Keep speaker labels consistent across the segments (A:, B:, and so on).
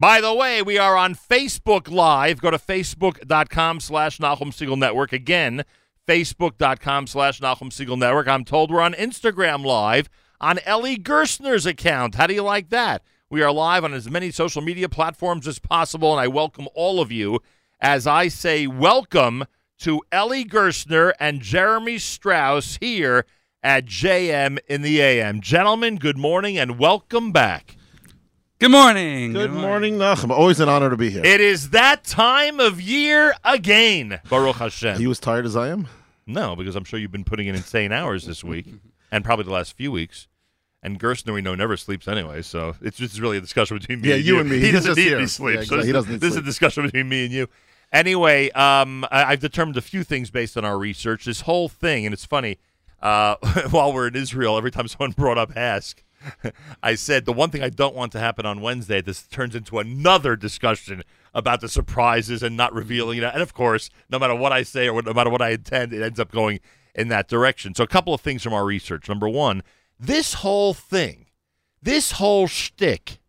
A: By the way, we are on Facebook Live. Go to facebook.com slash Nahum Siegel Network. Again, facebook.com slash Nahum Siegel Network. I'm told we're on Instagram Live on Ellie Gerstner's account. How do you like that? We are live on as many social media platforms as possible, and I welcome all of you as I say welcome to Ellie Gerstner and Jeremy Strauss here at JM in the AM. Gentlemen, good morning and welcome back.
B: Good morning.
C: Good morning, Nachum. Always an honor to be here.
A: It is that time of year again, Baruch
C: Are you
A: Hashem.
C: as tired as I am?
A: No, because I'm sure you've been putting in insane hours this week and probably the last few weeks. And Gerstner, we know, never sleeps anyway, so it's just really a discussion between me
C: Yeah,
A: and
C: you
A: you.
C: and me.
A: He
C: He's
A: doesn't
C: just
A: need
C: here.
A: any sleep. so
C: Yeah, exactly. He doesn't
A: this
C: need
A: this is a
C: sleep.
A: discussion between me and you. Anyway, um, I, I've determined a few things based on our research. This whole thing, and it's funny, uh, while we're in Israel, every time someone brought up Hask, I said the one thing I don't want to happen on Wednesday, this turns into another discussion about the surprises and not revealing it. And of course, no matter what I say or what, no matter what I intend, it ends up going in that direction. So, a couple of things from our research. Number one, this whole thing, this whole shtick,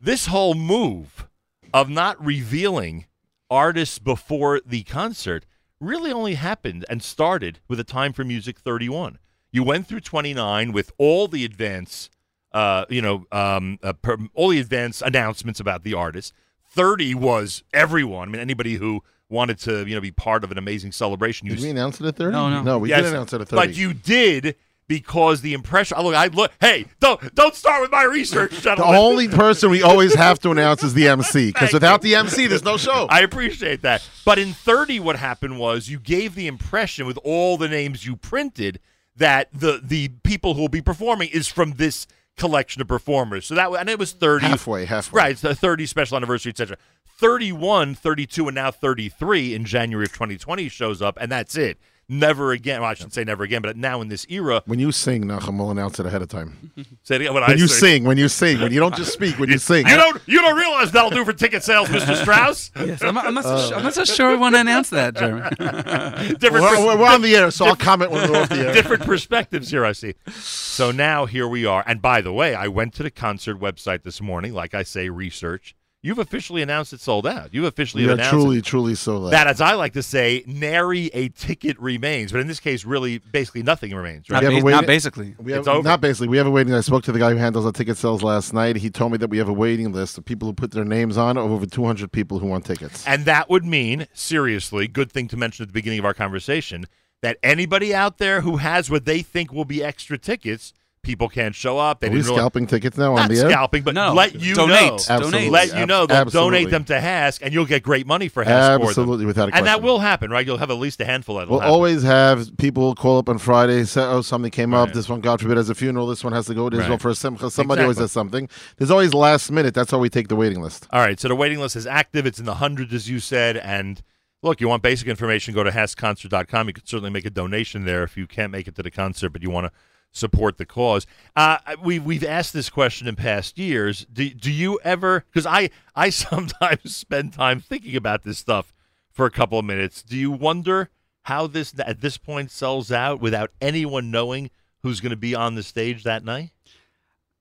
A: this whole move of not revealing artists before the concert really only happened and started with a time for music 31 you went through 29 with all the advance uh, you know um, uh, per, all the advance announcements about the artist 30 was everyone i mean anybody who wanted to you know be part of an amazing celebration you
C: Did we announce it at 30?
B: No, no.
C: No, we
A: Yes,
C: did announce it at 30.
A: but you did because the impression. I look, I look. Hey, don't don't start with my research,
C: the
A: gentlemen.
C: only person we always have to announce is the MC, because without the MC, there's no show.
A: I appreciate that. But in 30, what happened was you gave the impression with all the names you printed that the the people who will be performing is from this collection of performers. So that and it was 30
C: halfway, halfway.
A: Right, it's the 30 special anniversary, etc. 31, 32, and now 33 in January of 2020 shows up, and that's it. Never again. Well, I shouldn't say never again, but now in this era,
C: When you sing, Nachum, we'll announce it ahead of time.
A: say it again, when I
C: When you
A: say-
C: sing, when you sing, when you don't just speak, when you sing.
A: You don't you don't realize that'll do for ticket sales, Mr. Strauss.
B: Yes, I'm, I'm, not
A: Uh,
B: so su- I'm not so sure I want to announce that, Jeremy.
A: Different
C: We're,
A: pers-
C: we're- we're on the air, so I'll comment when we're off the air.
A: different perspectives here, I see. So now here we are. And by the way, I went to the concert website this morning, like I say, research. You've officially announced it sold out. You've officially
C: We are
A: announced
C: truly, truly so late.
A: that, as I like to say, nary a ticket remains. But in this case, really, basically nothing remains, right?
B: not,
C: have
B: ba-
C: a way
B: not
C: to-
B: basically.
C: We have,
A: It's over.
C: Not basically. We have a waiting list. I spoke to the guy who handles our ticket sales last night. He told me that we have a waiting list of people who put their names on of over 200 people who want tickets.
A: And that would mean, seriously, good thing to mention at the beginning of our conversation, that anybody out there who has what they think will be extra tickets, people can't show up. They
C: Are we
A: didn't realize-
C: scalping tickets now
A: not
C: on the air?
A: scalping, but
B: No,
A: let you
B: donate.
A: know.
C: Absolutely.
B: Donate.
A: let you know they'll
C: Absolutely.
A: donate them to Hask, and you'll get great money for Hask. for them.
C: Absolutely, without a question.
A: and that will happen, right? You'll have at least a handful that'll
C: We'll
A: happen.
C: always have people call up on Friday, say, oh, something came up.
A: Right.
C: This one, God forbid, has a funeral. This one has to go to Israel
A: Right.
C: for a simcha. Somebody always
A: Exactly.
C: has something. There's always last minute. That's how we take the waiting list.
A: All right, so the waiting list is active. It's in the hundreds, as you said. And look, you want basic information, go to HaskConcert.com. You could certainly make a donation there if you can't make it to the concert, but you want to support the cause. Uh, we, we've asked this question in past years. Do, do you ever, because I, I sometimes spend time thinking about this stuff for a couple of minutes. Do you wonder how this, at this point, sells out without anyone knowing who's going to be on the stage that night?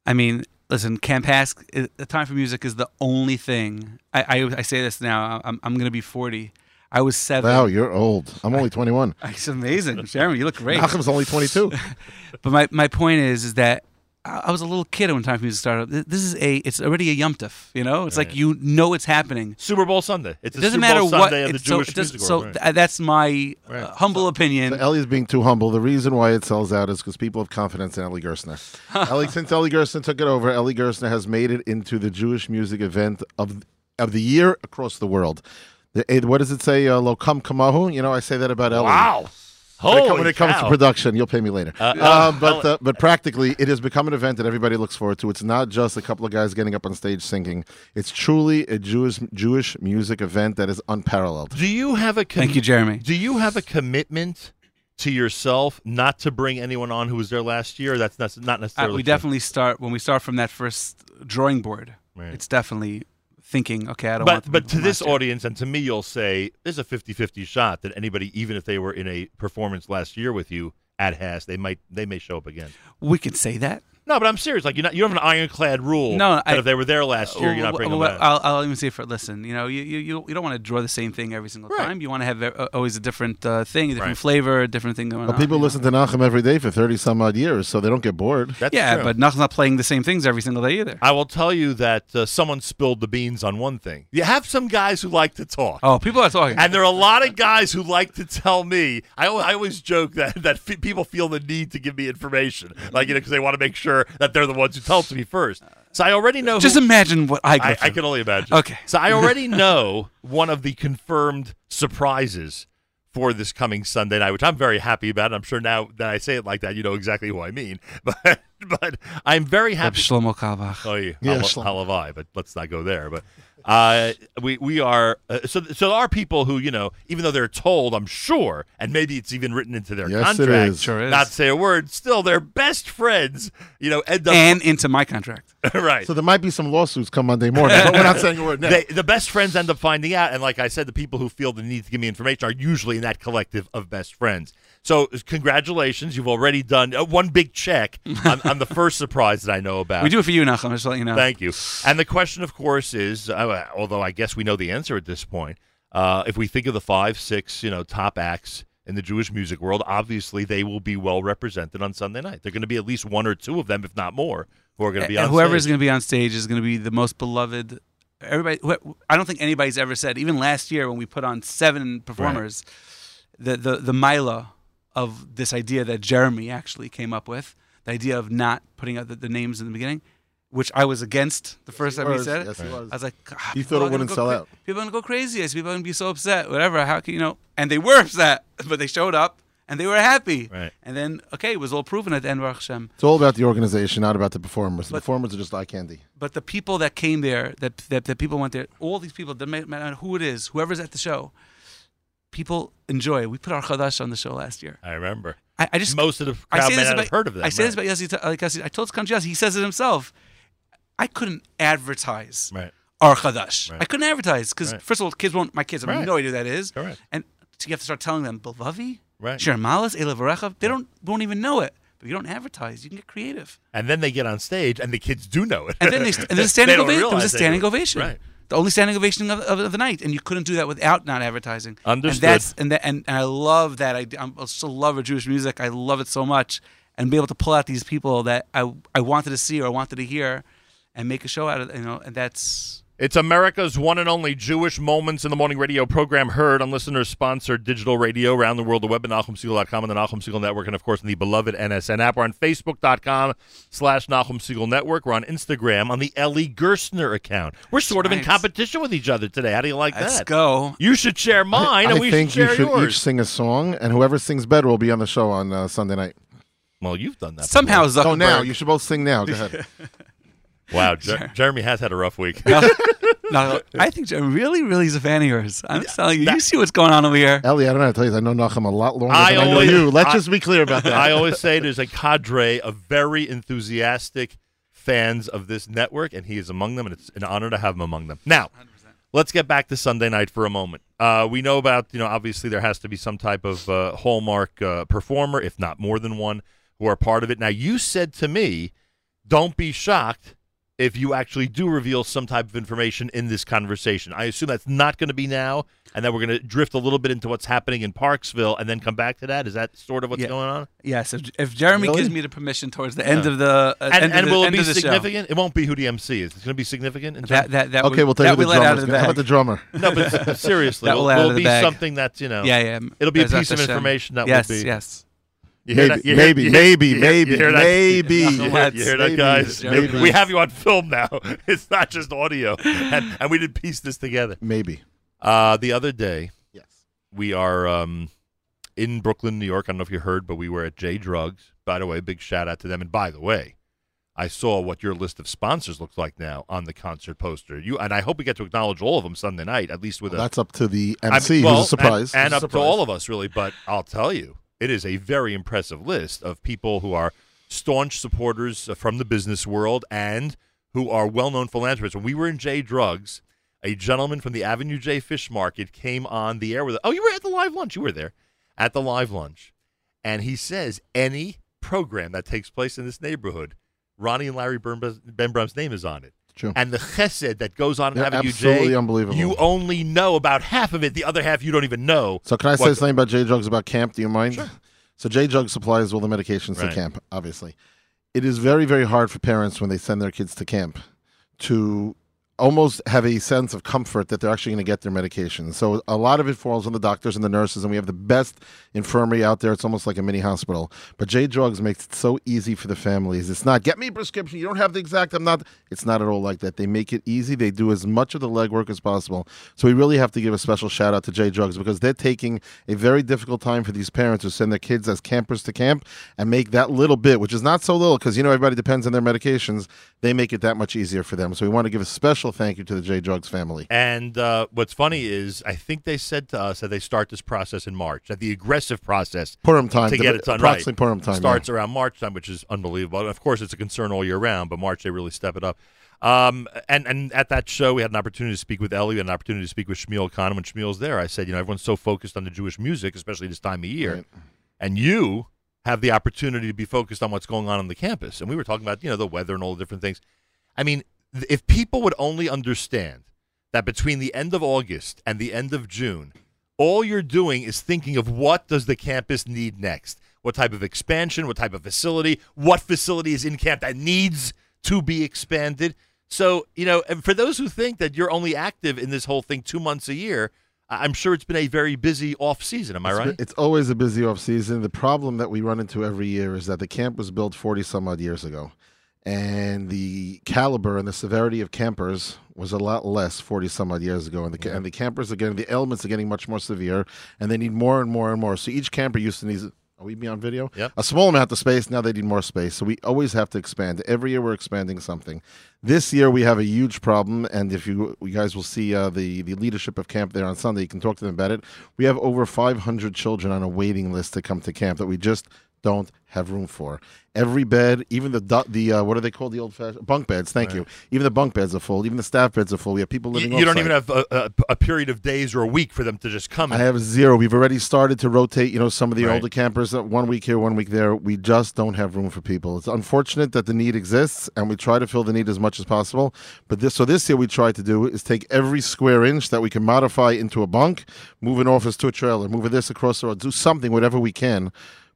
B: I mean, listen, Camp Hask, i- the time for music is the only thing. I, I, I say this now. I'm, I'm going to be 40. I was seven.
C: Wow, you're old. I'm only 21.
B: It's amazing. Jeremy, you look great.
C: Malcolm's only 22.
B: But my, my point is is that I I was a little kid when Time for Music started. Th- This is a it's already a yumtif, you know. It's like you know it's happening.
A: Super Bowl Sunday. It's
B: It
A: a
B: doesn't
A: Super
B: matter
A: Bowl
B: what.
A: Sunday of the
B: it's- so
A: Jewish
B: it doesn't-
A: music
B: so
A: world, right.
B: th- that's my uh,
A: Right.
B: humble opinion.
C: So Ellie's being too humble. The reason why it sells out is because people have confidence in Ellie Gerstner. Ellie, since Ellie Gerstner took it over, Ellie Gerstner has made it into the Jewish music event of of the year across the world. The, it, what does it say? Uh, Lo kam kamahu. You know, I say that about Ellie.
A: Wow.
C: When it,
A: Holy
C: come- when it comes
A: cow.
C: to production, you'll pay me later.
A: Uh,
C: Uh,
A: oh,
C: but
A: Ellie-
C: uh, but practically, it has become an event that everybody looks forward to. It's not just a couple of guys getting up on stage singing. It's truly a Jewish Jewish music event that is unparalleled.
A: Do you have a com-
B: Thank you, Jeremy.
A: Do you have a commitment to yourself not to bring anyone on who was there last year? That's not, not
B: Uh,
A: necessarily.
B: we
A: true.
B: definitely start when we start from that first drawing board.
A: Right.
B: It's definitely thinking, okay, I don't
A: But
B: want. the
A: but
B: people
A: to
B: from
A: this
B: last year.
A: audience and to me, you'll say there's a 50-50 shot that anybody, even if they were in a performance last year with you at Haas, they might they may show up again.
B: we could say that.
A: No, but I'm serious. Like you you don't have an ironclad rule.
B: No,
A: that
B: I-
A: if they were there last year, you're not
B: Well,
A: bringing
B: well,
A: them back.
B: I'll, I'll even say for listen, you know, you you, you you don't want to draw the same thing every single
A: Right.
B: time. You want to have uh, always a different uh, thing, a different
A: Right.
B: flavor, a different thing going
C: But
B: on.
C: people
B: you know?
C: listen to Nachum every day for 30 some odd years, so they don't get bored.
A: That's
B: Yeah,
A: true.
B: but Nachum's not playing the same things every single day either.
A: I will tell you that uh, someone spilled the beans on one thing. You have some guys who like to talk.
B: Oh, people are talking.
A: And there are a lot of guys who like to tell me. I, al- I always joke that that f- people feel the need to give me information, like you know, because they want to make sure that they're the ones who tell it to me first. So I already know.
B: Just
A: who,
B: imagine what I go
A: I, I
B: through.
A: can only imagine.
B: Okay.
A: So I already know one of the confirmed surprises for this coming Sunday night, which I'm very happy about. I'm sure now that I say it like that, you know exactly who I mean. But but I'm very
B: Of
A: happy.
B: Shlomo Kavach.
A: Oh, yeah.
C: Yeah,
A: How-
C: Shlomo.
A: how have I? But let's not go there. But uh, we we are uh, so so there are people who you know even though they're told I'm sure and maybe it's even written into their
C: Yes, it
A: contract
C: is.
B: Sure is.
A: not to say a word still they're best friends you know end up
B: and into my contract.
A: right
C: So there might be some lawsuits come Monday morning, but we're not saying a word now.
A: they, the best friends end up finding out, and like I said, the people who feel the need to give me information are usually in that collective of best friends. So, congratulations, you've already done uh, one big check on, on the first surprise that I know about.
B: We do it for you, Nachum. Just to let you know.
A: Thank you. And the question, of course, is uh, although I guess we know the answer at this point, uh, if we think of the five, six, you know, top acts in the Jewish music world, obviously they will be well represented on Sunday night. They're going to be at least one or two of them, if not more, who are going to be
B: and
A: on.
B: whoever's
A: stage.
B: going to be on stage is going to be the most beloved. Everybody, wh- I don't think anybody's ever said. Even last year when we put on seven performers, the the the Mila of this idea that Jeremy actually came up with, the idea of not putting out the, the names in the beginning, which I was against the first time he
C: was.
B: said it.
C: Yes, he was.
B: I was like, God,
C: He
B: people
C: thought it
B: are gonna
C: wouldn't
B: go
C: sell
B: cra-
C: out.
B: People are gonna go crazy. Yes, people are gonna be so upset. Whatever. How can you know? And they were upset, but they showed up and they were happy.
A: Right.
B: And then okay, it was all proven at the end. Baruch Hashem.
C: It's all about the organization, not about the performers. The performers are just eye candy.
B: but the people that came there, that that, that people went there, all these people, doesn't ma- matter who it is, whoever's at the show, people enjoy. it. We put our chadash on the show last year.
A: I remember.
B: I, I just
A: Most of the
B: I
A: crowd may
B: say this
A: not
B: about,
A: have heard of them.
B: I say
A: right.
B: this about Yossi, Ta- like Yossi, I told this Kanji Yossi, he says it himself. I couldn't advertise
A: Right.
B: our chadash.
A: Right.
B: I couldn't advertise because
A: Right.
B: first of all, kids won't. My kids have
A: Right.
B: no idea who that is,
A: Correct.
B: and so you have to start telling them Belvavi,
A: Right.
B: Shirmalis, Elavarechav. They don't won't even know it. But you don't advertise. You can get creative.
A: And then they get on stage, and the kids do know it.
B: And then they and there's a standing
A: They don't
B: ovation. There was a
A: realize they
B: standing
A: do it.
B: ovation.
A: Right.
B: The only standing ovation of, of, of the night, and you couldn't do that without not advertising.
A: Understood.
B: And that's and that, and, and I love that. I I'm, I still love Jewish music. I love it so much, and be able to pull out these people that I I wanted to see or I wanted to hear, and make a show out of you know. And that's
A: It's America's one and only Jewish Moments in the Morning radio program heard on listener-sponsored digital radio around the world, the web at NahumSiegel.com and the Nahum Siegel Network, and of course in the beloved NSN app. We're on Facebook.com slash Nahum Siegel Network. We're on Instagram on the Ellie Gerstner account. We're sort of in
B: Nice.
A: competition with each other today. How do you like
B: let's
A: that?
B: go.
A: You should share mine, and
C: I
A: we
C: think
A: should share
C: you should
A: yours.
C: each sing a song, and whoever sings better will be on the show on uh, Sunday night.
A: well, you've done that.
B: Somehow Zuckerberg.
C: Oh, now you should both sing now. Go ahead.
A: before. Wow, Jer- Jeremy has had a rough week.
B: no, no, I think Joe really, really is a fan of yours. I'm telling you, you
A: that-
B: see what's going on over here.
C: Ellie, I don't know how to tell you. I know Nachum a lot longer
A: I
C: than I know
A: always-
C: you. Let's
A: I-
C: just be clear about that.
A: I always say there's a cadre of very enthusiastic fans of this network, and he is among them, and it's an honor to have him among them. Now, let's get back to Sunday night for a moment. Uh, we know about, you know, obviously there has to be some type of uh, hallmark uh, performer, if not more than one, who are part of it. Now, you said to me, don't be shocked if you actually do reveal some type of information in this conversation. I assume that's not going to be now, and that we're going to drift a little bit into what's happening in Parksville and then come back to that. Is that sort of what's
B: Yeah.
A: going on?
B: Yes, if, if Jeremy
C: Really?
B: gives me the permission towards the end of the uh,
A: and,
B: end of
A: and
B: the-
A: will it
B: end
A: be
B: of the show.
A: significant? It won't be who the MC is. It's going to be significant. In
B: That
A: terms-
B: that that
C: okay,
B: we,
C: we'll tell
B: that
C: you
B: we
C: the
B: let out
C: drummer.
B: of the
C: How
B: bag.
C: about the drummer?
A: no, but s- seriously,
B: That
A: will,
B: will out
A: will
B: of
A: be
B: the bag.
A: something that you know.
B: yeah, yeah.
A: It'll be a
B: Bezrat
A: piece of
B: Hashem.
A: information that will
B: yes,
A: be-
B: Yes,
A: You hear
C: Maybe,
A: that- you hear-
C: maybe,
A: you hear-
C: maybe,
A: you hear-
C: maybe,
A: you hear that?
C: maybe.
A: You hear, you hear that,
C: Maybe.
A: guys?
C: Maybe.
A: We have you on film now. It's not just audio, and, and we did piece this together.
C: Maybe.
A: Uh, the other day,
C: Yes.
A: we are um, in Brooklyn, New York. I don't know if you heard, but we were at J Drugs. By the way, big shout out to them. And by the way, I saw what your list of sponsors looks like now on the concert poster. You and I hope we get to acknowledge all of them Sunday night, at least with a
C: That's up to the
A: I mean,
C: MC,
A: well,
C: who's a surprise.
A: And, and
C: Who's
A: up
C: a surprise.
A: to all of us, really. But I'll tell you, it is a very impressive list of people who are staunch supporters from the business world and who are well known philanthropists. When we were in J Drugs, a gentleman from the Avenue J Fish Market came on the air with Oh, you were at the live lunch. You were there at the live lunch. And he says any program that takes place in this neighborhood Ronnie and Larry Ben, ben Brahm's name is on it.
C: True.
A: And the chesed that goes on in
C: Yeah,
A: Avenue
C: absolutely
A: J,
C: unbelievable.
A: you only know about half of it. The other half you don't even know.
C: So can I say
A: What-
C: something about J Drugs about camp? Do you mind? So J Drug supplies all the medications
A: Right.
C: to camp, obviously. It is very, very hard for parents when they send their kids to camp to almost have a sense of comfort that they're actually going to get their medication. So a lot of it falls on the doctors and the nurses, and we have the best infirmary out there. It's almost like a mini hospital. But J Drugs makes it so easy for the families. It's not get me a prescription. You don't have the exact. I'm not. It's not at all like that. They make it easy. They do as much of the legwork as possible. So we really have to give a special shout out to J Drugs because they're taking a very difficult time for these parents who send their kids as campers to camp and make that little bit, which is not so little because you know everybody depends on their medications. They make it that much easier for them. So we want to give a special thank you to the J Drugs family.
A: And uh, what's funny is, I think they said to us that they start this process in March, that the aggressive process
C: Purim time
A: to
C: the-
A: get it done right
C: approximately Purim time yeah.
A: starts around March time, which is unbelievable. And of course, it's a concern all year round, but March they really step it up. Um, and and at that show, we had an opportunity to speak with Ellie, we had an opportunity to speak with Shmuel Khan. When Shmuel's there, I said, you know, everyone's so focused on the Jewish music, especially this time of year,
C: Right.
A: and you have the opportunity to be focused on what's going on on the campus. And we were talking about you know the weather and all the different things. I mean, th- if people would only understand that between the end of August and the end of June, all you're doing is thinking of what does the campus need next? What type of expansion? What type of facility? What facility is in camp that needs to be expanded? So, you know, and for those who think that you're only active in this whole thing two months a year, I- I'm sure it's been a very busy off season. Am I
C: It's-
A: right?
C: It's always a busy off season. The problem that we run into every year is that the camp was built 40 some odd years ago. And the caliber and the severity of campers was a lot less 40 some odd years ago. And the, ca- and the campers are getting, the ailments are getting much more severe and they need more and more and more. So each camper used to need, are we on video?
A: Yep.
C: A small amount of space. Now they need more space. So we always have to expand. Every year we're expanding something. This year we have a huge problem. And if you, you guys will see uh, the, the leadership of camp there on Sunday, you can talk to them about it. We have over 500 children on a waiting list to come to camp that we just don't have room for. Every bed, even the du- the uh, what are they called? The old fashioned bunk beds. Thank you. Even the bunk beds are full. Even the staff beds are full. We have people
A: You,
C: living.
A: you don't
C: offsite.
A: even have a, a, a period of days or a week for them to just come.
C: I
A: in.
C: have zero. We've already started to rotate, you know, some of the
A: Right.
C: older campers uh, one week here, one week there. We just don't have room for people. It's unfortunate that the need exists and we try to fill the need as much as possible. But this so this year we tried to do is take every square inch that we can modify into a bunk, move an office to a trailer, move this across the road, do something, whatever we can.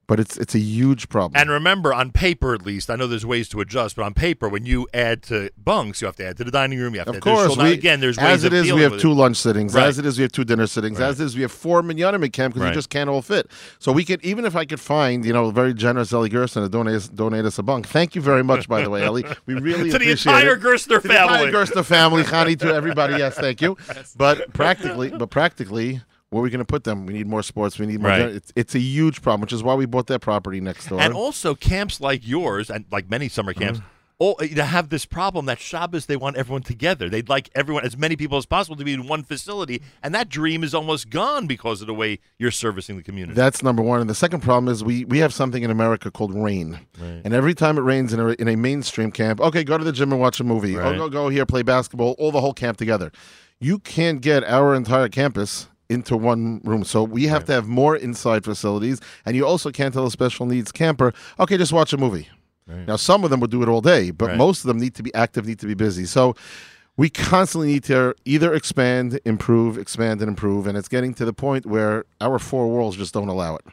C: But it's it's a huge problem.
A: And remember, on paper at least, I know there's ways to adjust, but on paper, when you add to bunks, you have to add to the dining room. You have to
C: Of
A: add to the-
C: course,
A: so now,
C: we,
A: again, there's ways
C: as it
A: of
C: is, we
A: dealing
C: have
A: with
C: two
A: it.
C: lunch sittings.
A: Right.
C: As it is, we have two dinner sittings. As it is, we have four minyanim at camp because
A: Right.
C: we just can't all fit. So we could, even if I could find, you know, a very generous Ellie Gerson to donate us, donate us a bunk. Thank you very much, by the way, Ellie. We really
A: To the
C: appreciate
A: entire
C: it.
A: Gerstner
C: To the entire
A: family.
C: Gerstner family, Connie, to everybody. Yes, thank you. But practically, but practically. Where are we going to put them? We need more sports. We need more.
A: Right.
C: gen- It's, it's a huge problem, which is why we bought that property next door.
A: And also camps like yours, and like many summer
C: Mm-hmm.
A: camps, all to have this problem that Shabbos they want everyone together. They'd like everyone, as many people as possible, to be in one facility, and that dream is almost gone because of the way you're servicing the community.
C: That's number one. And the second problem is we, we have something in America called rain. And every time it rains in a, in a mainstream camp, okay, go to the gym and watch a movie.
A: Right.
C: Oh, go, go here, play basketball, all the whole camp together. You can't get our entire campus into one room. So we have to have more inside facilities. And you also can't tell a special needs camper, okay, just watch a movie. Now, some of them would do it all day, but
A: Hmm. Right.
C: most of them need to be active, need to be busy. So we constantly need to either expand, improve, expand, and improve. And it's getting to the point where our four walls just don't allow it.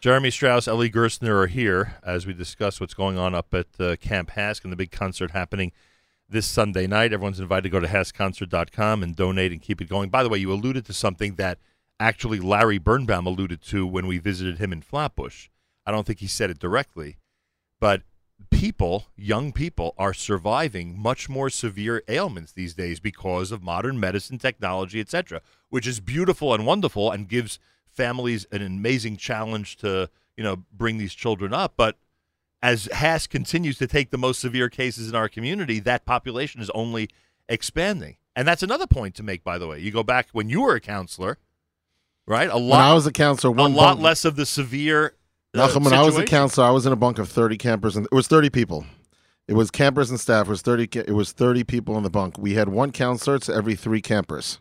A: Jeremy Strauss, Ellie Gerstner are here as we discuss what's going on up at uh, Camp Hask and the big concert happening this Sunday night. Everyone's invited to go to haskconcert.com and donate and keep it going. By the way, you alluded to something that actually Larry Birnbaum alluded to when we visited him in Flatbush. I don't think he said it directly, but people, young people, are surviving much more severe ailments these days because of modern medicine, technology, etc., which is beautiful and wonderful and gives families an amazing challenge to you know bring these children up. But as Hass continues to take the most severe cases in our community, that population is only expanding. And that's another point to make, by the way. You go back when you were a counselor, right? A
C: When I
A: lot,
C: was a counselor,
A: a
C: one
A: lot
C: bunk-
A: less of the severe. uh,
C: Malcolm, when I was a
A: situation.
C: counselor, I was in a bunk of thirty campers, and it was thirty people. It was campers and staff. It was thirty. ca- It was thirty people in the bunk. We had one counselor to every three campers.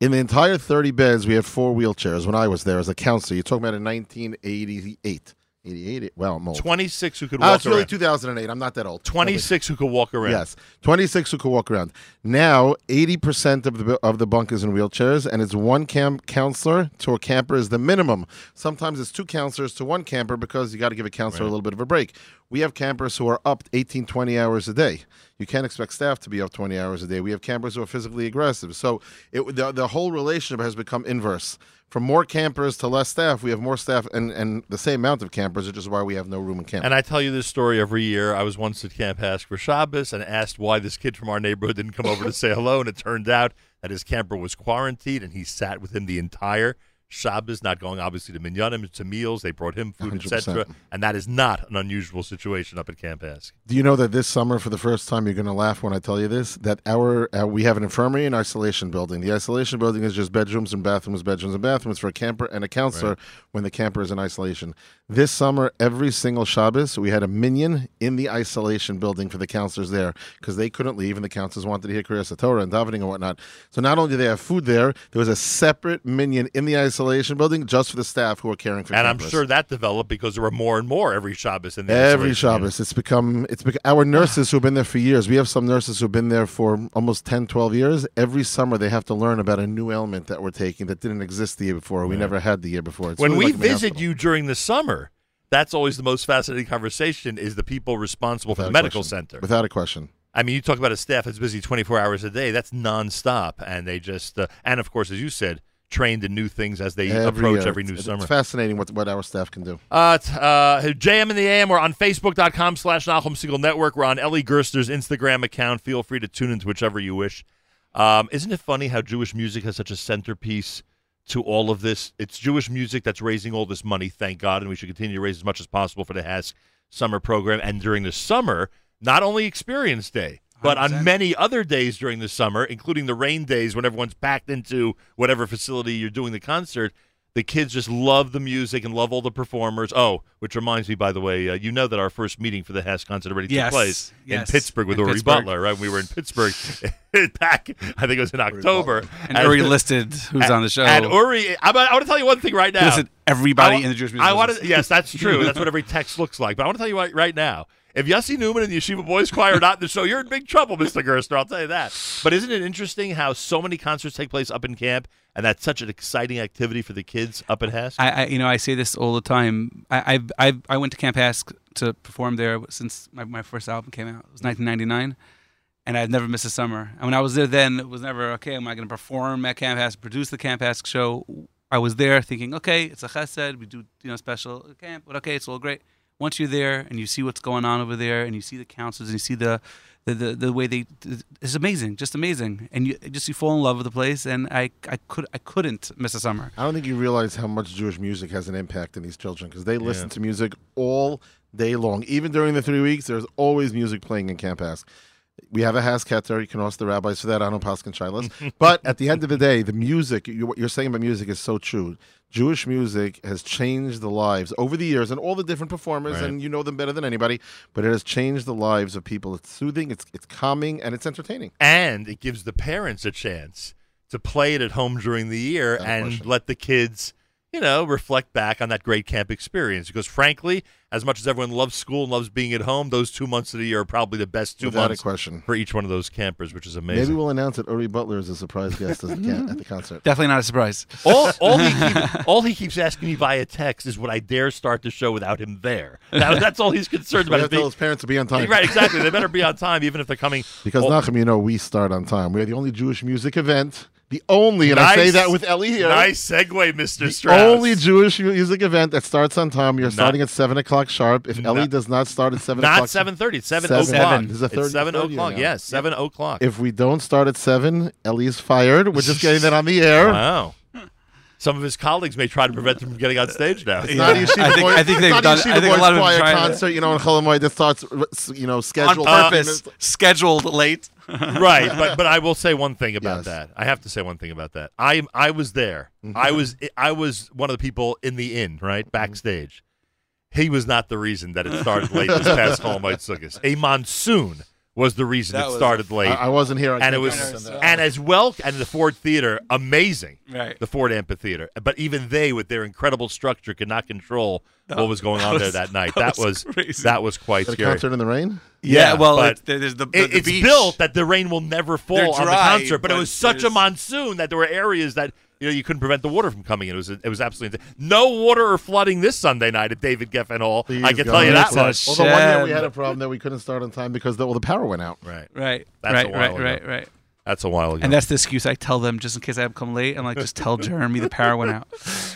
C: In the entire thirty beds, we had four wheelchairs. When I was there as a counselor, you're talking about in 1988. 88. Well, I'm old.
A: 26 who could
C: Uh,
A: walk
C: it's really
A: around.
C: 2008. I'm not that old.
A: 26 who could walk around.
C: Yes, 26 who could walk around. Now, 80% of the of the bunk is in wheelchairs, and it's one camp counselor to a camper is the minimum. Sometimes it's two counselors to one camper because you got to give a counselor a little bit of a break. We have campers who are up 18, 20 hours a day. You can't expect staff to be up 20 hours a day. We have campers who are physically aggressive. So it, the, the whole relationship has become inverse. From more campers to less staff, we have more staff and, and the same amount of campers, which is why we have no room in camp.
A: And I tell you this story every year. I was once at Camp Hask for Shabbos and asked why this kid from our neighborhood didn't come over to say hello. And it turned out that his camper was quarantined and he sat with him the entire Shabbos, not going obviously to minyanim, to meals. They brought him food,
C: 100%.
A: etc. And that is not an unusual situation up at Camp Hask.
C: Do you know that this summer, for the first time, you're going to laugh when I tell you this? That our uh, we have an infirmary and isolation building. The isolation building is just bedrooms and bathrooms, bedrooms and bathrooms for a camper and a counselor when the camper is in isolation. This summer, every single Shabbos, we had a minion in the isolation building for the counselors there because they couldn't leave and the counselors wanted to hear Kriyas Torah and davening and whatnot. So not only do they have food there, there was a separate minion in the isolation building just for the staff who are caring for.
A: And I'm
C: campers.
A: sure that developed because there were more and more every Shabbos in the isolation
C: Every
A: unit.
C: Shabbos, it's become it's bec- our nurses who've been there for years. We have some nurses who've been there for almost 10, 12 years. Every summer, they have to learn about a new ailment that we're taking that didn't exist the year before. or We never had the year before. It's
A: when we
C: really like I'm in
A: visit
C: hospital.
A: you during the summer, that's always the most fascinating conversation is the people responsible for
C: Without
A: the
C: a
A: medical
C: question.
A: center.
C: without a question.
A: I mean, you talk about a staff that's busy 24 hours a day. That's nonstop, and they just uh, and of course, as you said, trained in new things as they approach
C: year.
A: every new
C: It's-
A: summer.
C: It's fascinating what what our staff can do.
A: Uh, t- uh, JM and the AM. We're on Facebook.com slash Nahum Single Network. We're on Ellie Gerster's Instagram account. Feel free to tune into whichever you wish. Um, isn't it funny how Jewish music has such a centerpiece to all of this? It's Jewish music that's raising all this money, thank God, and we should continue to raise as much as possible for the Hask summer program. And during the summer, not only Experience Day, but on
B: 100%.
A: many other days during the summer, including the rain days when everyone's packed into whatever facility you're doing the concert, the kids just love the music and love all the performers. Oh, which reminds me, by the way, uh, you know that our first meeting for the Hess concert already took
B: Yes,
A: place
B: yes,
A: in Pittsburgh with
B: in
A: Ori
B: Pittsburgh.
A: Butler, right? We were in Pittsburgh back, I think it was in October.
B: And Uri listed who's on the show.
A: And Uri, I, I want to tell you one thing right
B: He
A: now.
B: listed everybody
A: I wa-
B: in the Jewish music.
A: I want to.
B: business.
A: Yes, that's true. that's what every text looks like. But I want to tell you right, right now. If Yossi Newman and the Yeshiva Boys Choir are not in the show, you're in big trouble, Mr. Gerstner. I'll tell you that. But isn't it interesting how so many concerts take place up in camp, and that's such an exciting activity for the kids up at Hess?
B: I, I you know I say this all the time. I I I, I went to Camp Ask to perform there since my, my first album came out. It was 1999, and I've never missed a summer. And when I was there, then it was never okay. Am I going to perform at Camp Ask, produce the Camp Ask show? I was there thinking, okay, it's a chesed. We do you know special camp, but okay, it's all great. Once you're there and you see what's going on over there, and you see the counselors, and you see the the, the, the way they it's amazing, just amazing, and you just you fall in love with the place. And I I could I couldn't miss a summer.
C: I don't think you realize how much Jewish music has an impact in these children because they listen to music all day long. Even during the three weeks, there's always music playing in Camp Ask. We have a Hasketer. You can ask the rabbis for that. I don't Paskin Shilas. but at the end of the day, the music, you, what you're saying about music is so true. Jewish music has changed the lives over the years and all the different performers,
A: Right.
C: and you know them better than anybody, but it has changed the lives of people. It's soothing, it's, it's calming, and it's entertaining.
A: and it gives the parents a chance to play it at home during the year
C: Without
A: and
C: question.
A: let the kids you know reflect back on that great camp experience because frankly as much as everyone loves school and loves being at home those two months of the year are probably the best two
C: Without a
A: months
C: question.
A: for each one of those campers which is
C: Maybe
A: amazing
C: we'll announce that Uri Butler is a surprise guest at the can- at the concert.
B: Definitely not a surprise.
A: all, all, he keep, all he keeps asking me via text is would i dare start the show without him there That- that's all he's concerned
C: We
A: about is
C: have to tell
A: being,
C: his parents to be on time.
A: right exactly they better be on time even if they're coming
C: Because
A: all-
C: Nachum, you know, we start on time. We are the only Jewish music event, the only, and
A: Nice.
C: I say that with Ellie here.
A: nice segue mr
C: The
A: Strauss.
C: only Jewish music event that starts on time. You're
A: Not-
C: starting at seven o'clock sharp. If Ellie
A: Not-
C: does not start at seven
A: Not
C: o'clock,
A: seven thirty. It's seven,
C: Seven.
A: o'clock.
C: Seven. This is the third-
A: it's seven
C: third year
A: o'clock.
C: now.
A: Yes, seven o'clock.
C: if we don't start at seven, Ellie is fired. We're just getting that on the air.
A: wow. Some of his colleagues may try to prevent him from getting on stage now.
C: It's not a
B: Yeah.
C: Yeshiva
B: I think-
C: Boy-
B: I think
C: it's
B: they've
C: not a
B: done-
C: Yeshiva
B: I think a
C: Boys
B: lot of them
C: choir
B: tried to-
C: concert, you know, in Cholamoy that starts, you know,
B: on
C: scheduled for
B: purpose, scheduled late.
A: right, but but I will say one thing about
C: Yes. Mm-hmm.
A: that. I have to say one thing about that. I I was there. I was I was one of the people in the inn, right backstage. He was not the reason that it started late this past Hallmark Sukkot. A monsoon was the reason
B: That
A: it
B: was a
A: started late.
C: I, I wasn't here. I
A: and it
C: can't
A: was
C: comment on that.
A: and as well and the Ford Theater, amazing.
B: Right.
A: The Ford Amphitheater. But even they with their incredible structure could not control what was going
B: that
A: on there
B: was-
A: that night.
B: that
A: That,
B: was
A: was,
B: crazy.
A: that was quite
C: Is it a
A: scary.
C: concert in the rain.
A: Yeah,
B: Yeah, well,
A: but
B: it, there's the,
A: It-
B: the
A: it's
B: beach.
A: built that the rain will never fall
B: They're
A: on the
B: dry,
A: concert, but, it
B: but
A: was such a
B: there's-
A: monsoon that there were areas that you know you couldn't prevent the water from coming in. It was it was absolutely insane. no water or flooding this Sunday night at David Geffen Hall. I
C: Please
A: can
C: God.
A: tell you that
B: That's
A: much.
B: a
C: Although one year we
B: Shed.
C: had a problem that we couldn't start on time because the, well, the power went out.
A: Right,
B: Right.
A: That's
B: right.
A: a while
B: right.
A: ago.
B: Right. Right.
A: that's a while ago.
B: And that's the excuse I tell them just in case I come late. I'm like, just tell Jeremy the power went out.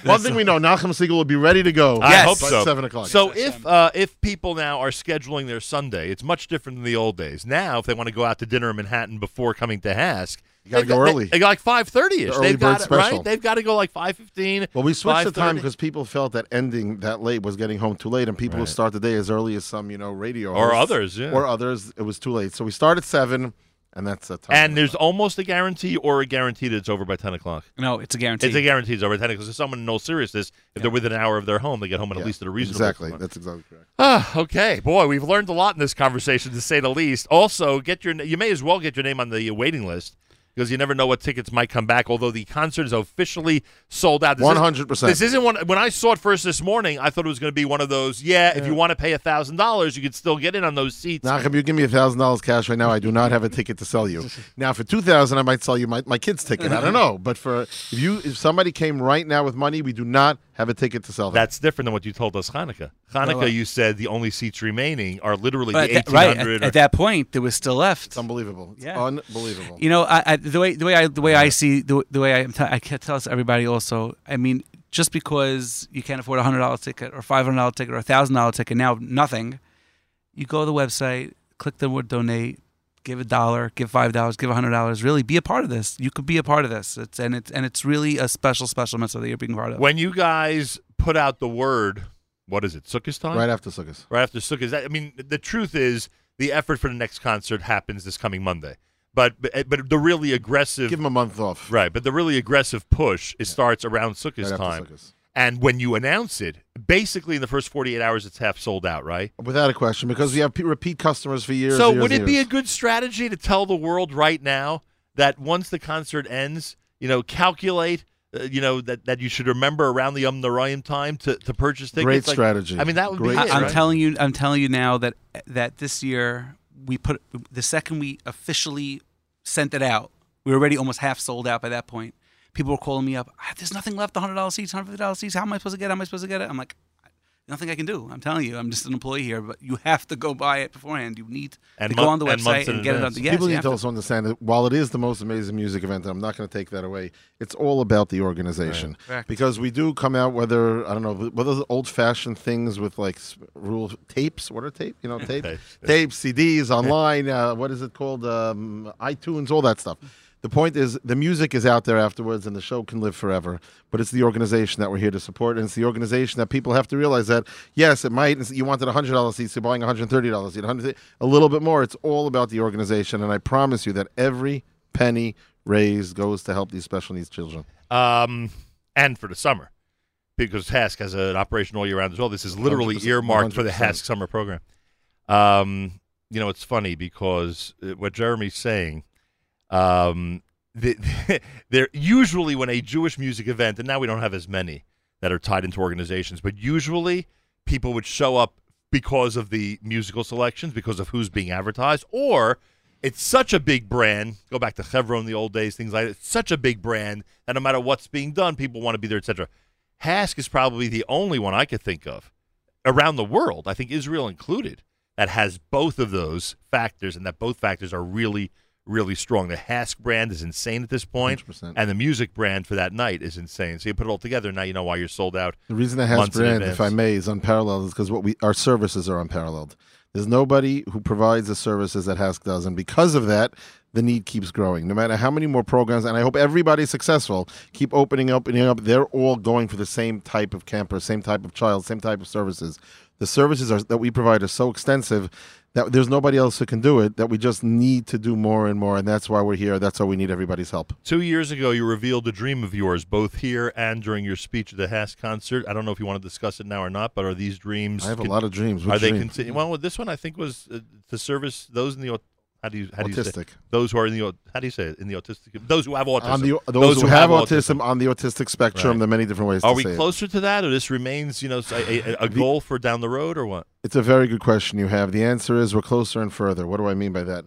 C: One thing we know, Nachum Siegel will be ready to go.
A: I
B: Yes.
A: hope
C: by
A: so.
C: Seven o'clock.
A: So if uh, if people now are scheduling their Sunday, it's much different than the old days. Now, if they want to go out to dinner in Manhattan before coming to Hask,
C: You gotta
A: they've
C: go
A: got- they-
C: early.
A: They, got like five thirty ish.
C: The early
A: They've
C: bird
A: got it,
C: special.
A: right. They've got to go like five fifteen.
C: Well, we switched the time because people felt that ending that late was getting home too late, and people who
A: Right.
C: start the day as early as some, you know, radio
A: or
C: hosts
A: others, yeah.
C: or others, it was too late. So we start at seven, and that's the time.
A: and there's almost a guarantee or a guarantee that it's over by ten o'clock.
B: No, it's a guarantee.
A: It's a guarantee it's over by ten because if someone in no seriousness, if they're within an hour of their home, they get home at,
C: Yeah,
A: at least at a reasonable
C: exactly.
A: time.
C: That's exactly correct.
A: Ah, okay, boy, we've learned a lot in this conversation, to say the least. Also, get your you may as well get your name on the waiting list because you never know what tickets might come back. Although the concert is officially sold out, This
C: One
A: isn't-
C: hundred
A: This
C: percent.
A: isn't one. When I saw it first this morning, I thought it was going to be one of those. Yeah, if you want to pay a thousand dollars, you could still get in on those seats.
C: Nachum, you give me a thousand dollars cash right now. I do not have a ticket to sell you. Now, for two thousand, I might sell you my, my kid's ticket. I don't know, but for if you if somebody came right now with money, we do not have a ticket to sell. Them.
A: That's different than what you told us, Hanukkah. Hanukkah,
B: Oh, well.
A: you said the only seats remaining are literally
B: But
A: the
B: at that-
A: eighteen
B: right. At,
A: hundred.
B: at that point, there was still left.
C: it's unbelievable. It's
B: Yeah.
C: unbelievable.
B: You know, I, I, the way the way I the way I see the, the way I am t- I can tell us everybody also. I mean, just because you can't afford a hundred dollar ticket or five hundred dollar ticket or a thousand dollar ticket now, nothing. You go to the website, click the word donate, give a dollar, give five dollars, give a hundred dollars. Really, be a part of this. You could be a part of this. It's and it's and it's really a special special mitzvah that you're being part of.
A: when you guys put out the word, what is it? Sukkot time.
C: Right after Sukkot.
A: right after Sukkot. That- I mean, the truth is the effort for the next concert happens this coming Monday. But but, but the really aggressive
C: Give him a month off.
A: right, but the really aggressive push it starts around Sukkot
C: Right after
A: time.
C: Sukkot.
A: And when you announce it, basically in the first 48 hours it's half sold out, right?
C: Without a question, because we have pe- repeat customers for years.
A: so
C: and years
A: would
C: and
A: it be a
C: years.
A: good strategy to tell the world right now that once the concert ends, you know, calculate uh, you know that, that you should remember around the um Narayim time to, to purchase tickets.
C: Great
A: Like,
C: strategy.
A: I mean, that would be
C: Great
A: it,
B: I,
C: strategy.
B: I'm
A: right?
B: telling you, I'm telling you now that that this year we put the second we officially sent it out, we were already almost half sold out by that point. People were calling me up. "Ah, There's nothing left. Hundred dollars seats, hundred fifty dollars seats. How am I supposed to get? it? How am I supposed to get it? I'm like, nothing I can do. I'm telling you, I'm just an employee here. But you have to go buy it beforehand. You need
A: And
B: to go
A: mon-
B: on the
A: and
B: website
A: months in
B: and get it on
A: advance.
B: the yes,
C: People
B: you
C: need
B: have
C: to also understand that while it is the most amazing music event, and I'm not going to take that away, it's all about the organization.
B: Correct.
C: Because we do come out whether I don't know whether the old-fashioned things with like s- rule tapes, what are tape? You know, tape,
A: Tapes, yeah.
C: tapes, CDs, online. Uh, what is it called? Um, iTunes, all that stuff. The point is, the music is out there afterwards, and the show can live forever. But it's the organization that we're here to support, and it's the organization that people have to realize that yes, it might. You wanted a hundred dollars seats, you're buying a hundred thirty dollars seat, $130, a little bit more. It's all about the organization, and I promise you that every penny raised goes to help these special needs children.
A: um, and for the summer because Hask has an operation all year round as well. This is literally
C: 100%,
A: earmarked for the
C: 100%.
A: Hask summer program. Um, you know, it's funny because uh, what Jeremy's saying, um, the, there usually when a Jewish music event, and now we don't have as many that are tied into organizations, but usually people would show up because of the musical selections, because of who's being advertised, or it's such a big brand. Go back to Chevron in the old days, things like that. It's such a big brand that no matter what's being done, people want to be there, etc. Hask is probably the only one I could think of around the world, I think Israel included, that has both of those factors, and that both factors are really, really strong. The Hask brand is insane at this point,
C: 100%.
A: and the music brand for that night is insane. So you put it all together, now you know why you're sold out.
C: The reason that has
A: months in
C: brand, if I
A: advance.
C: may, is unparalleled is because what we our services are unparalleled. There's nobody who provides the services that Hask does, and because of that, the need keeps growing. No matter how many more programs, and I hope everybody's successful, keep opening up, opening up. They're all going for the same type of camper, same type of child, same type of services. The services are, that we provide are so extensive that there's nobody else who can do it. That we just need to do more and more, and that's why we're here. That's why we need everybody's help.
A: Two years ago, you revealed a dream of yours, both here and during your speech at the Hask concert. I don't know if you want to discuss it now or not, but are these dreams?
C: I have a
A: con-
C: lot of dreams. What
A: Are they
C: dream?
A: continu- Well, with this one I think was uh, to service those in the au- how do you how do you say
C: Autistic.
A: those who are in the au- how do you say it in the autistic those who have autism
C: On the, those, who, have autism, on the autistic spectrum,
A: Right.
C: there are many different ways
A: Are
C: to
A: we
C: say it.
A: closer to that, or this remains you know s- a, a- a goal for down the road, or what?
C: It's a very good question you have. The answer is we're closer and further. What do I mean by that?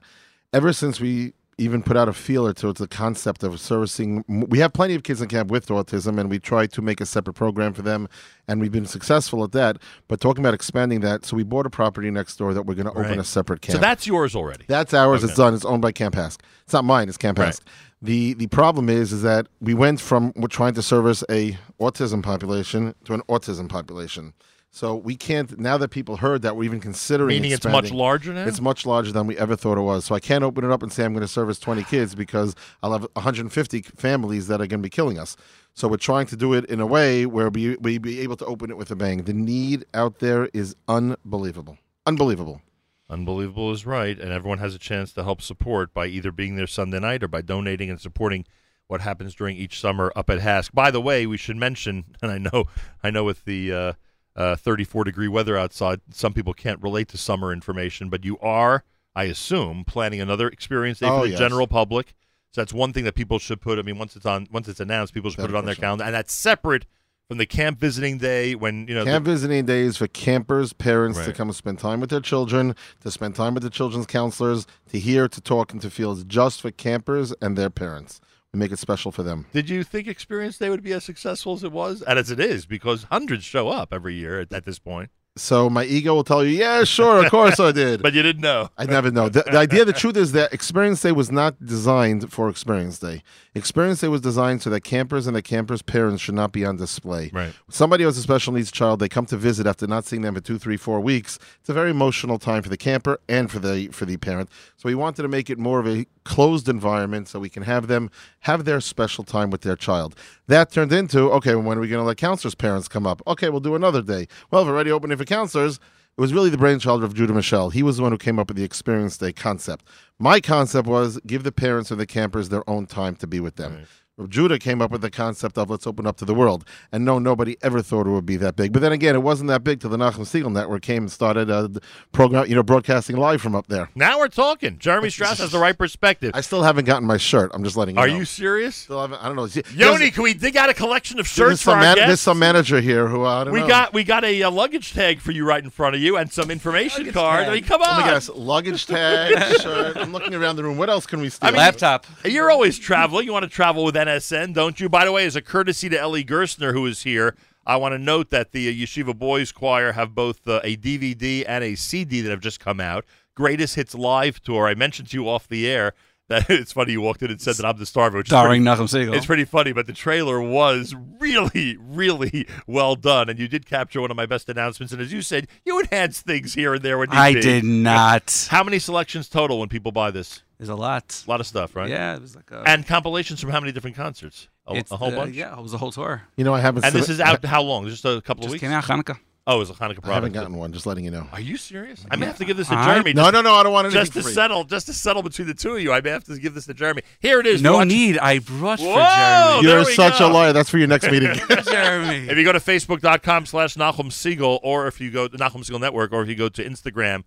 C: Ever since we even put out a feeler towards the concept of servicing, we have plenty of kids in camp with autism, and we try to make a separate program for them, and we've been successful at that. But talking about expanding that, so we bought a property next door that we're going to
A: Right.
C: open a separate camp.
A: So that's yours already.
C: That's ours.
A: Okay.
C: It's done. It's owned by Camp Hask. It's not mine. It's Camp
A: Right.
C: Hask. The the problem is is that we went from we're trying to service a autism population to an autism population. So we can't now that people heard that we're even considering
A: Meaning it's
C: expanding,
A: much larger now.
C: It's much larger than we ever thought it was. So I can't open it up and say I'm going to service 20 kids because I'll have 150 families that are going to be killing us. So we're trying to do it in a way where we we be able to open it with a bang. The need out there is unbelievable. Unbelievable.
A: Unbelievable is right, and everyone has a chance to help support by either being there Sunday night or by donating and supporting what happens during each summer up at Hask. By the way, we should mention, and I know, I know, with the uh, uh, 34 degree weather outside, some people can't relate to summer information, but you are, I assume, planning another experience day
C: Oh,
A: for the
C: yes.
A: general public. So that's one thing that people should put. I mean, once it's on, once it's announced, people should put it on their
C: 100%.
A: calendar, and that's separate from the camp visiting day when you know the-
C: Camp visiting days for campers, parents to
A: Right.
C: come spend time with their children, to spend time with the children's counselors, to hear, to talk, and to feel. It's just for campers and their parents. We make it special for them.
A: Did you think Experience Day would be as successful as it was, and as it is, because hundreds show up every year at, at this point?
C: So my ego will tell you, yeah, sure, of course I did.
A: But you didn't know.
C: I never know. The, the idea, the truth is that Experience Day was not designed for Experience Day. Experience Day was designed so that campers and the campers' parents should not be on display.
A: Right.
C: Somebody who has a special needs child, they come to visit after not seeing them for two, three, four weeks. It's a very emotional time for the camper and for the for the parent. So we wanted to make it more of a closed environment so we can have them have their special time with their child. That turned into okay, when are we going to let counselors' parents come up? Okay, we'll do another day. Well, we're already opening for counselors. It was really the brainchild of Judah Michelle. He was the one who came up with the experience day concept. My concept was give the parents and the campers their own time to be with them. Judah came up with the concept of let's open up to the world. And no, nobody ever thought it would be that big. But then again, it wasn't that big till the Nachum Siegel Network came and started uh, the program, you know, broadcasting live from up there.
A: Now we're talking. Jeremy Strauss has the right perspective.
C: I still haven't gotten my shirt. I'm just letting you
A: Are
C: know.
A: you serious?
C: Still haven't, I don't know. See,
A: Yoni,
C: there's-
A: can we dig out a collection of
C: there's
A: shirts for
C: some
A: our
C: man-
A: guests?
C: There's some manager here who uh, I don't
A: we
C: know.
A: got we got a, uh luggage tag for you right in front of you and some information
B: Luggage
A: card.
B: tag.
A: I mean, come
C: Oh my
A: on.
C: gosh, luggage tag, shirt. I'm looking around the room. What else can we steal?
B: Laptop.
A: You're always traveling. You want to travel with NSN, don't you? By the way, as a courtesy to Ellie Gerstner, who is here, I want to note that the uh, Yeshiva Boys Choir have both uh, a DVD and a CD that have just come out. Greatest Hits Live Tour. I mentioned to you off the air that it's funny you walked in and said that I'm the star of it, which is pretty
B: Starring Nachum Siegel.
A: it's pretty funny, but the trailer was really, really well done, and you did capture one of my best announcements. And as you said, you enhance things here and there when need
B: I
A: be.
B: did not.
A: How many selections total when people buy this?
B: There's a lot.
A: A lot of stuff, right?
B: Yeah, it was like a.
A: And compilations from how many different concerts? A,
B: it's
A: a whole
B: the-
A: bunch.
B: Yeah, it was a whole tour.
C: You know, I haven't.
A: And
C: seen
A: this
C: it-
A: is out how long? Just a couple of
B: Just
A: weeks.
B: came out Hanukkah.
A: Oh, it was a Hanukkah
C: I haven't
A: product.
C: gotten one. Just letting you know.
A: Are you serious? I may have to give this to
B: All right.
A: Jeremy.
C: No,
A: just,
C: no, no. I don't want anything
A: just to
C: free.
A: settle, just to settle between the two of you, I may have to give this to Jeremy. Here it is.
B: No
A: Watch-
B: need. I brought
A: Whoa!
B: for Jeremy.
A: There
C: You're
A: we
C: such
A: go.
C: a liar. That's for your next meeting.
B: Jeremy.
A: If you go to facebook.com slash Nahum Siegel, or if you go to Nahum Siegel Network, or if you go to Instagram,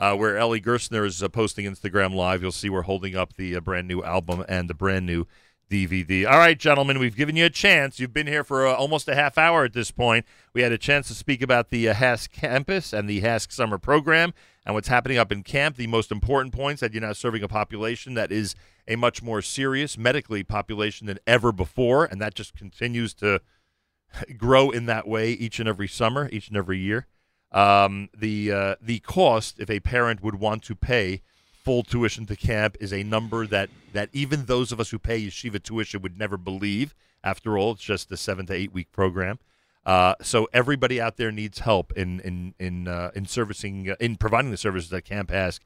A: uh, where Ellie Gerstner is uh, posting Instagram Live, you'll see we're holding up the uh, brand new album and the brand new DVD. All right, gentlemen, we've given you a chance. You've been here for uh, almost a half hour at this point. We had a chance to speak about the uh, Hask campus and the Hask summer program and what's happening up in camp. The most important points that you're now serving a population that is a much more serious medically population than ever before, and that just continues to grow in that way each and every summer, each and every year. Um, the uh, the cost, if a parent would want to pay full tuition to camp, is a number that that even those of us who pay yeshiva tuition would never believe. After all, it's just a seven to eight week program. Uh, so everybody out there needs help in in in uh, in servicing uh, in providing the services that Camp Ask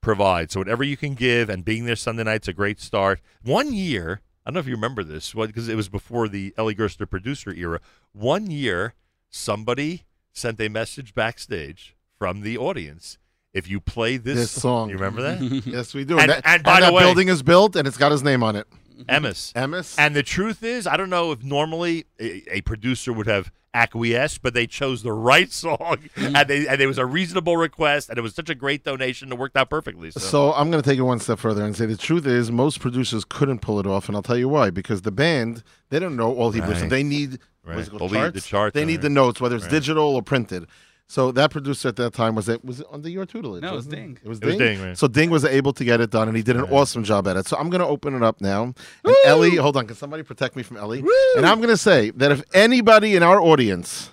A: provides. So whatever you can give, and being there Sunday night's a great start. One year, I don't know if you remember this, because it was before the Ellie Gerster producer era. One year, somebody sent a message backstage from the audience. If you play this,
C: This song.
A: you remember that?
C: yes, we do.
A: And-
C: that,
A: and by the
C: that
A: way-
C: building is built and it's got his name on it.
A: Emmis.
C: Emmis?
A: And the truth is, I don't know if normally a, a producer would have acquiesced, but they chose the right song, and, they, and it was a reasonable request, and it was such a great donation. It worked out perfectly. So,
C: So I'm going to take it one step further and say the truth is most producers couldn't pull it off, and I'll tell you why. Because the band, they don't know all Hebrew, so
A: Right.
C: they need
A: Right.
C: what is it called,
A: The lead- the chart,
C: They need
A: right.
C: the notes, whether it's digital or printed. So that producer at that time was it was it under your tutelage.
B: No, it was
C: wasn't
B: Ding.
C: It was
A: It
C: Ding.
A: was Ding, right.
C: So Ding was able to get it done, and he did an awesome job at it. So I'm going to open it up now. And Ellie, hold on, can somebody protect me from Ellie? And I'm going to say that if anybody in our audience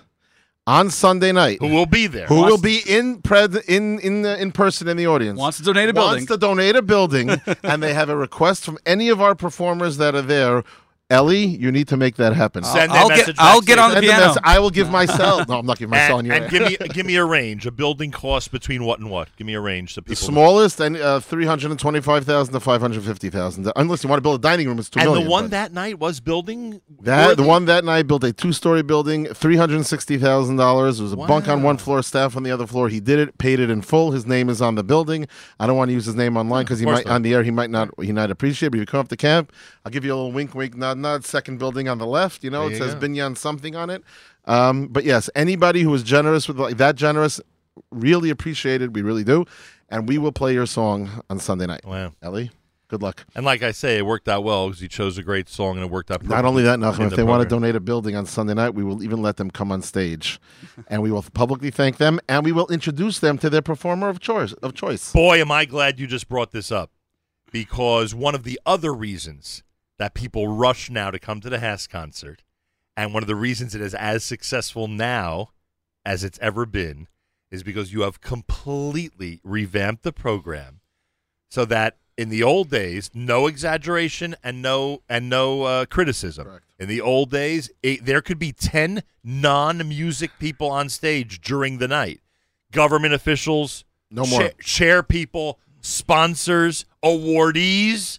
C: on Sunday night
A: who will be there?
C: who will be in pres in in the, in person in the audience
B: Wants to donate a building.
C: wants to donate a building and they have a request from any of our performers that are there Ellie you need to make that happen
A: Send a
B: I'll get-
A: message. back
B: I'll
A: to
B: get
A: you.
B: on the
C: Send a
B: piano.
C: message. I will give my cell no I'm not giving my cell on
A: And,
C: your
A: and give me give me a range, a building cost between what and what. Give me a range so
C: the
A: people.
C: smallest and uh, 325,000 to 550,000 unless you want to build a dining room it's 2
A: and
C: million,
A: the one
C: but-
A: that night was building
C: That the
A: worthy?
C: one that night built a two-story building, three hundred sixty thousand dollars. It was a bunk on
A: Wow.
C: one floor, staff on the other floor. He did it, paid it in full. His name is on the building. I don't want to use his name online because he
A: course
C: might
A: not.
C: on the air. He might not. He might appreciate. it, But if you come up to camp, I'll give you a little wink, wink, nod, nod. Second building on the left. You know, it
A: you
C: says
A: go.
C: Binyan something on it. Um, but yes, anybody who is generous with like that generous, really appreciated. We really do, and we will play your song on Sunday night.
A: Wow.
C: Ellie, good luck.
A: And like I say, it worked out well because he chose a great song and it worked out.
C: Not only that, Nachum,
A: in
C: if
A: the
C: they want to
A: program.
C: donate a building on Sunday night, we will even let them come on stage, and we will publicly thank them, and we will introduce them to their performer of choice. Of choice.
A: Boy, am I glad you just brought this up because one of the other reasons that people rush now to come to the Hass concert, and one of the reasons it is as successful now as it's ever been, is because you have completely revamped the program so that in the old days, no exaggeration and no and no uh, criticism.
C: Correct.
A: In the old days, it, there could be ten non-music people on stage during the night. Government officials,
C: No more.
A: cha- chair people, sponsors, awardees.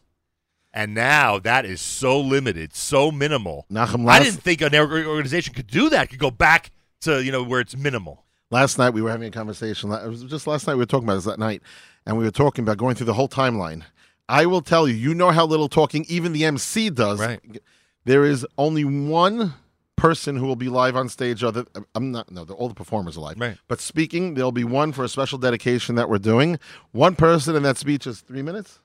A: And now that is so limited, so minimal.
C: Nachum,
A: I
C: last,
A: didn't think an org- organization could do that. Could go back to you know where it's minimal.
C: last night we were having a conversation. It was just last night we were talking about this that night, and we were talking about going through the whole timeline. I will tell you, you know how little talking even the MC does.
A: Right.
C: There is only one person who will be live on stage. Other, I'm not. No, the, all the performers are live.
A: Right.
C: But speaking, there'll be one for a special dedication that we're doing. One person, and that speech is three minutes.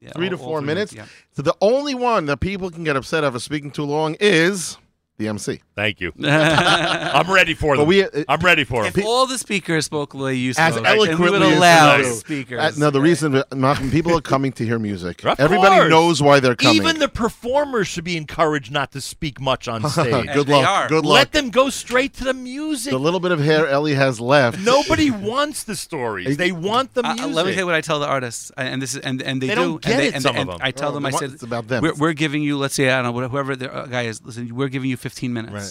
B: Yeah,
C: three to
B: all- all
C: four minutes.
B: yeah.
C: So the only one that people can get upset over speaking too long is the MC.
A: Thank you. I'm ready for
C: But
A: them.
C: we, uh,
A: I'm ready for them.
B: If all the speakers spoke the way you spoke,
C: As
B: then we
C: eloquently
B: would
C: as
B: allow
A: you do.
B: speakers.
C: uh, no, the reason that- Malcolm, people are coming to hear music.
A: Of
C: Everybody
A: course.
C: knows why they're coming.
A: Even the performers should be encouraged not to speak much on stage.
B: And
C: good
B: they
C: luck.
B: are.
C: Good luck.
A: Let them go straight to the music.
C: The little bit of hair Ellie has left.
A: Nobody wants the stories. They want the
B: Uh,
A: music.
B: uh, let me tell you what I tell the artists, I- and this is, and, and they,
A: They
B: do.
A: don't
B: and
A: get
B: they,
A: it,
B: and,
A: some
B: and
A: of them.
B: I tell
C: Oh,
B: them,
C: they
B: I
C: want-
B: said,
C: it's about them.
B: We're, we're giving you, let's say, I don't know, whoever the uh, guy is. Listen, we're giving you 15 minutes.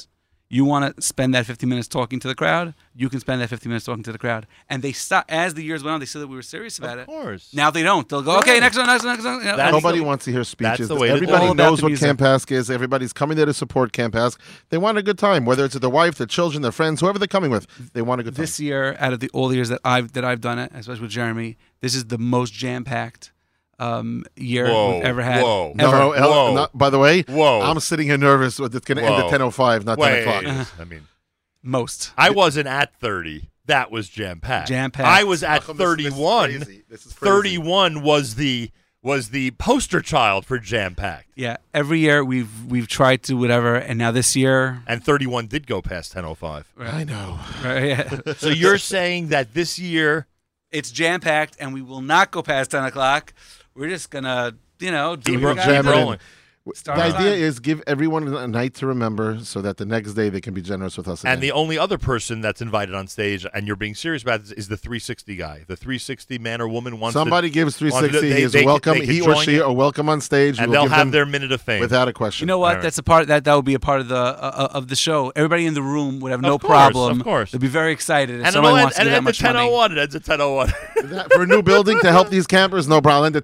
B: You want to spend that 15 minutes talking to the crowd? You can spend that 15 minutes talking to the crowd. And they stop as the years went on. They said that we were serious about
A: of
B: it.
A: course.
B: Now they don't. They'll go, okay,
A: Right.
B: next one, next one, next one. you know,
A: That's-
B: and
C: Nobody
B: so-
C: wants to hear speeches.
A: the way to do it.
C: Everybody
B: All about
C: knows
B: the
C: what
B: music.
C: Camp Ask is. Everybody's coming there to support Camp Ask. They want a good time, whether it's their wife, their children, their friends, whoever they're coming with. They want a good time.
B: this year, out of the all the years that I've that I've done it, especially with Jeremy, this is the most jam packed um, year
A: Whoa,
B: we've ever had.
A: whoa.
B: Ever.
C: No, El-
A: Whoa.
C: no, by the way,
A: Whoa.
C: I'm sitting here nervous. with It's going to end at
A: Whoa.
C: 10:05, not
A: Wait,
C: 10 o'clock.
A: I mean,
B: Most.
A: I wasn't at 30. That was jam packed.
B: Jam-packed.
A: I was at
C: Malcolm, this- this is
A: 31.
C: crazy. This is crazy.
A: 31 was the was the poster child for jam packed,
B: Yeah, every year we've we've tried to whatever, and now this year,
A: and 31 did go past 1005.
C: I know.
B: right, yeah,
A: So you're saying that this year
B: it's jam packed, and we will not go past ten o'clock. We're just gonna, you know, do
A: Keep
B: what we
A: ro-
B: gotta
A: keep
B: do.
A: rolling.
B: Start
C: the
B: on
C: idea
B: time.
C: is give everyone a night to remember, so that the next day they can be generous with us. Again.
A: And the only other person that's invited on stage, and you're being serious about this, is the 360 guy. The 360 man or woman wants
C: somebody
A: to,
C: gives
A: wants
C: 360,
A: to- they-
C: he is
A: they can-
C: welcome.
A: they can
C: he or
A: join
C: she
A: it,
C: are welcome on stage. We
A: and
C: will
A: they'll
C: give
A: have
C: them
A: their minute of fame.
C: without a question.
B: You know what?
A: Alright.
B: That's a part that that would be a part of the uh, of the show. Everybody in the room would have no
A: course, of
B: problem.
A: course.
B: they'd be very excited. If
A: and
B: someone
A: it'll end,
B: wants
A: and
B: to do
A: end
B: that
A: at
B: much money.
A: 1001. It ends at 1001.
C: That- for a new building to help these campers, no problem. End at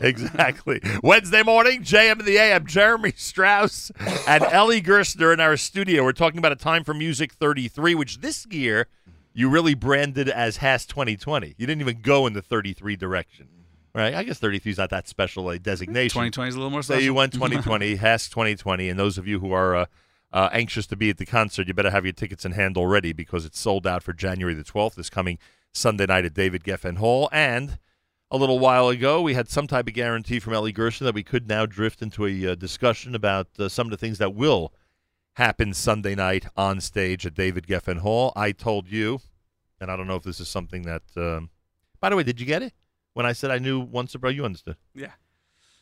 A: Exactly. Wednesday morning, JM in the AM, Jeremy Strauss and Ellie Gerstner in our studio. We're talking about a time for music 33, which this year you really branded as Hass 2020. You didn't even go in the 33 direction. Right. I guess 33 is not that special a designation.
B: 2020 is a little more
A: So
B: special.
A: you went 2020, Hask 2020, and those of you who are uh, uh, anxious to be at the concert, you better have your tickets in hand already because it's sold out for January the 12th, this coming Sunday night at David Geffen Hall. And a little while ago, we had some type of guarantee from Ellie Gerson that we could now drift into a uh, discussion about uh, some of the things that will happen Sunday night on stage at David Geffen Hall. I told you, and I don't know if this is something that. Um, by the way, did you get it when I said I knew once about you understood?
B: yeah.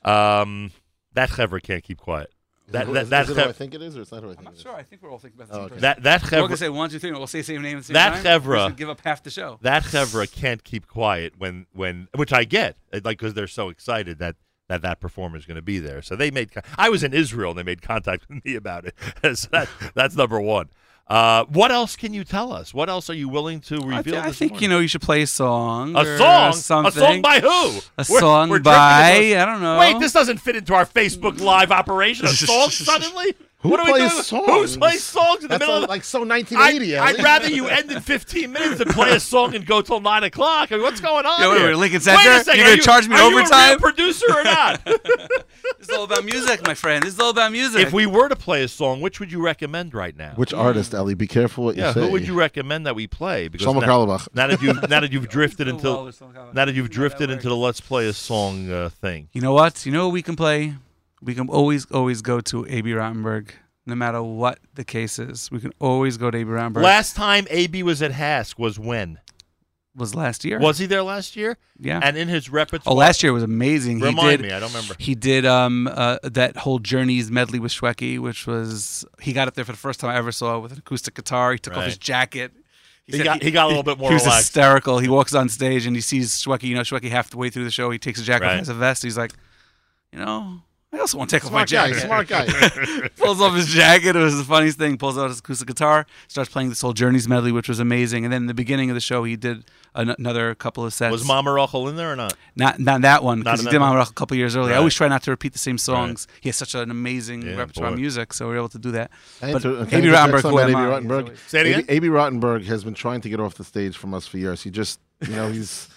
A: Um, that Hever can't keep quiet. That
C: Is it-
A: that
C: is
A: that
C: it who I
A: Hev-
C: think it is, or it's not who I
B: I'm
C: think
B: not
C: it is?
B: sure. I think we're all thinking about the
C: Oh,
B: same
C: okay.
B: person.
A: that that
B: we're all gonna
A: Hever
B: say one, two, three, and we'll say the same name at the same
A: That
B: time.
A: Hevra-
B: We're just gonna give up half the show.
A: that Hevra can't keep quiet when when which I get uh, like because they're so excited that that that performer is going to be there. So they made con- I was in Israel and they made contact with me about it. so that, that's number one. Uh, what else can you tell us? What else are you willing to reveal?
B: I, thi- I
A: this
B: think
A: morning?
B: you know you should play a song.
A: A
B: or
A: song, a
B: something.
A: song by who?
B: A song by-
A: drifting into-
B: I don't know.
A: Wait, this doesn't fit into our Facebook Live operation. A song suddenly?
C: Who
A: what are we
C: plays
A: doing?
C: songs?
A: Who plays songs in the
C: That's
A: middle
C: all-
A: of
C: like so
A: I,
C: 1980. Ellie.
A: would rather you end in 15 minutes than play a song and go till nine o'clock. I mean, what's going on?
B: Yeah, wait,
A: here?
B: wait, Lincoln
A: a
B: Center?
A: second,
B: You're gonna
A: are you-
B: charge me
A: are you a
B: overtime?
A: real producer or not?
B: This is all about music, my friend. This is all about music.
A: if we were to play a song, which would you recommend right now?
C: Which artist, Ellie? Be careful what
A: yeah,
C: you say.
A: who would you recommend that we play? Because
C: Shlomo
A: now,
C: Karlbach.
A: now that you now that you've drifted
B: Oh, well,
A: until
B: there's some kind of-
A: now that you've
B: that
A: drifted into
B: works.
A: the let's play a song uh, thing.
B: you know what? You know what we can play. We can always, always go to A.B. Rottenberg, no matter what the case is. We can always go to A.B. Rottenberg.
A: Last time AB was at Hask was when?
B: was last year.
A: Was he there last year?
B: yeah.
A: And in his repertoire,
B: oh, last year was amazing. he
A: remind
B: did.
A: me, I don't remember.
B: He did um, uh, that whole Journeys medley with Shweki, which was he got up there for the first time I ever saw with an acoustic guitar. He took off
A: Right.
B: his jacket.
A: He
B: said
A: got- he got a little bit more
B: He was
A: relaxed.
B: hysterical. He walks on stage and he sees Shweki. You know, Shweki halfway through the show, he takes his jacket off
A: Right.
B: and has a vest. He's like, you know, I also want to take off my
C: Smart guy.
B: jacket.
C: Smart guy.
B: pulls off his jacket. It was the funniest thing. Pulls out his acoustic guitar, starts playing this whole Journeys medley, which was amazing. And then the beginning of the show, he did an- another couple of
C: Oh,
B: sets.
A: Was Mama Rachel in there or not?
B: Not not that one
A: Not
B: because he
A: in
B: did
A: that
B: Mama Rock a couple years earlier. I
A: Right.
B: always try not to repeat the same songs. He has such an amazing
A: Yeah,
B: repertoire of
A: boy.
B: music, so we're able to do that.
C: Can I
B: But
C: inter- can I
B: A.B.
C: interject
B: Rottenberg,
C: something
B: who
C: about
B: am
C: A.B.
B: I?
C: Rottenberg?
B: He's always-
A: Say it again?
C: A.B. Rottenberg has been trying to get off the stage from us for years. He just, you know, he's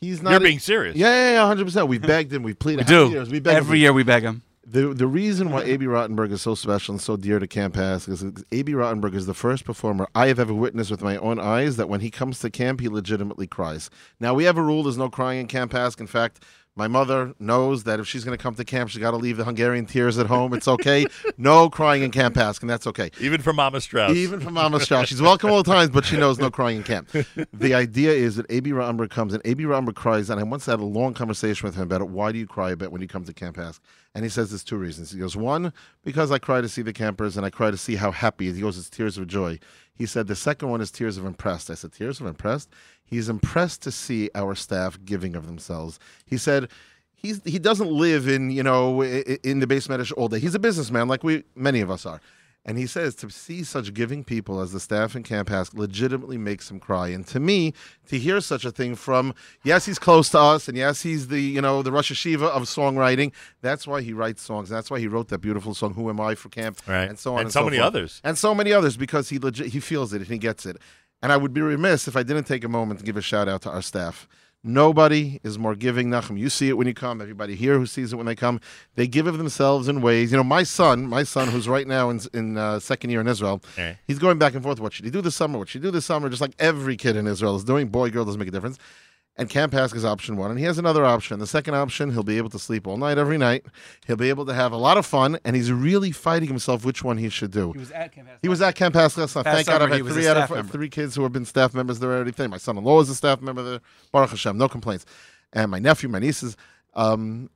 C: he's not.
A: You're being serious.
C: yeah, yeah, yeah, hundred percent. We begged him. We
B: We
C: pleaded. how many
B: do
C: Years. We begged
B: every
C: him.
B: year we beg him.
C: The the reason why A.B. Rottenberg is so special and so dear to Camp Hask is because A.B. Rottenberg is the first performer I have ever witnessed with my own eyes that when he comes to camp, he legitimately cries. Now, we have a rule there's no crying in Camp Hask. In fact, my mother knows that if she's going to come to camp, she's got to leave the Hungarian tears at home. It's okay. no crying in Camp Hask, and that's okay.
A: Even for Mama Strauss.
C: Even from Mama Strauss. She's welcome all the times, but she knows no crying in camp. The idea is that A.B. Rottenberg comes and A.B. Rottenberg cries. And I once had a long conversation with him about it. Why do you cry a bit when you come to Camp Ask? And he says there's two reasons. He goes, one, because I cry to see the campers and I cry to see how happy. He goes, it's tears of joy. He said, the second one is tears of impressed. I said, tears of impressed? He's impressed to see our staff giving of themselves. He said, he's he doesn't live in you know i- i- in the basement all day. He's a businessman like we many of us are. And he says to see such giving people as the staff in Camp Hask legitimately makes him cry. And to me, to hear such a thing from yes, he's close to us, and yes, he's the you know the Rosh Hashiva of songwriting. That's why he writes songs. And that's why he wrote that beautiful song "Who Am I" for Camp,
A: Right.
C: and so on,
A: And
C: and,
A: so many
C: forth.
A: others.
C: and so many others because he legit he feels it and he gets it. And I would be remiss if I didn't take a moment to give a shout out to our staff. Nobody is more giving, Nachum. You see it when you come. Everybody here who sees it when they come, they give of themselves in ways. You know, my son, my son, who's right now in, in uh, second year in Israel,
A: Eh.
C: he's going back and forth. What should he do this summer? What should he do this summer? Just like every kid in Israel is doing. Boy, girl doesn't make a difference. And Camp Hask is option one. And he has another option. The second option, he'll be able to sleep all night, every night. He'll be able to have a lot of fun. And he's really fighting himself which one he should do.
B: He was at Camp
C: He was at Camp Hask last night.
B: Last
C: Thank God I've
B: summer,
C: had
B: he was a
C: three out
B: staff
C: of f-
B: member.
C: three kids who have been staff members there already. Thing. My son-in-law is a staff member there. Baruch Hashem, no complaints. And my nephew, my nieces. Um,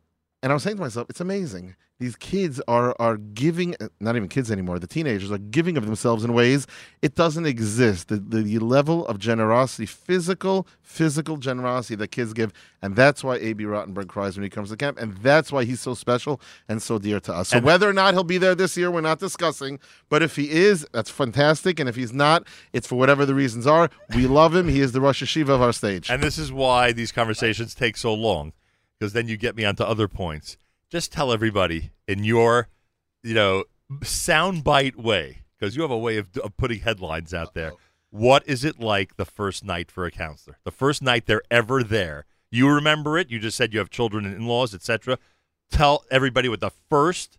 C: and I was saying to myself, it's amazing. These kids are are giving, uh, not even kids anymore. The teenagers are giving of themselves in ways it doesn't exist. The, the, the level of generosity, physical, physical generosity that kids give, and that's why A.B. Rottenberg cries when he comes to camp, and that's why he's so special and so dear to us. So
A: And-
C: whether or not he'll be there this year, we're not discussing. But if he is, that's fantastic. And if he's not, it's for whatever the reasons are. We love him. He is the Rosh Hashiva of our stage.
A: And this is why these conversations take so long, because then you get me onto other points. Just tell everybody in your, you know, soundbite way, because you have a way of, of putting headlines out there. What is it like the first night for a counselor? The first night they're ever there. You remember it. You just said you have children and in-laws, etc. Tell everybody what the first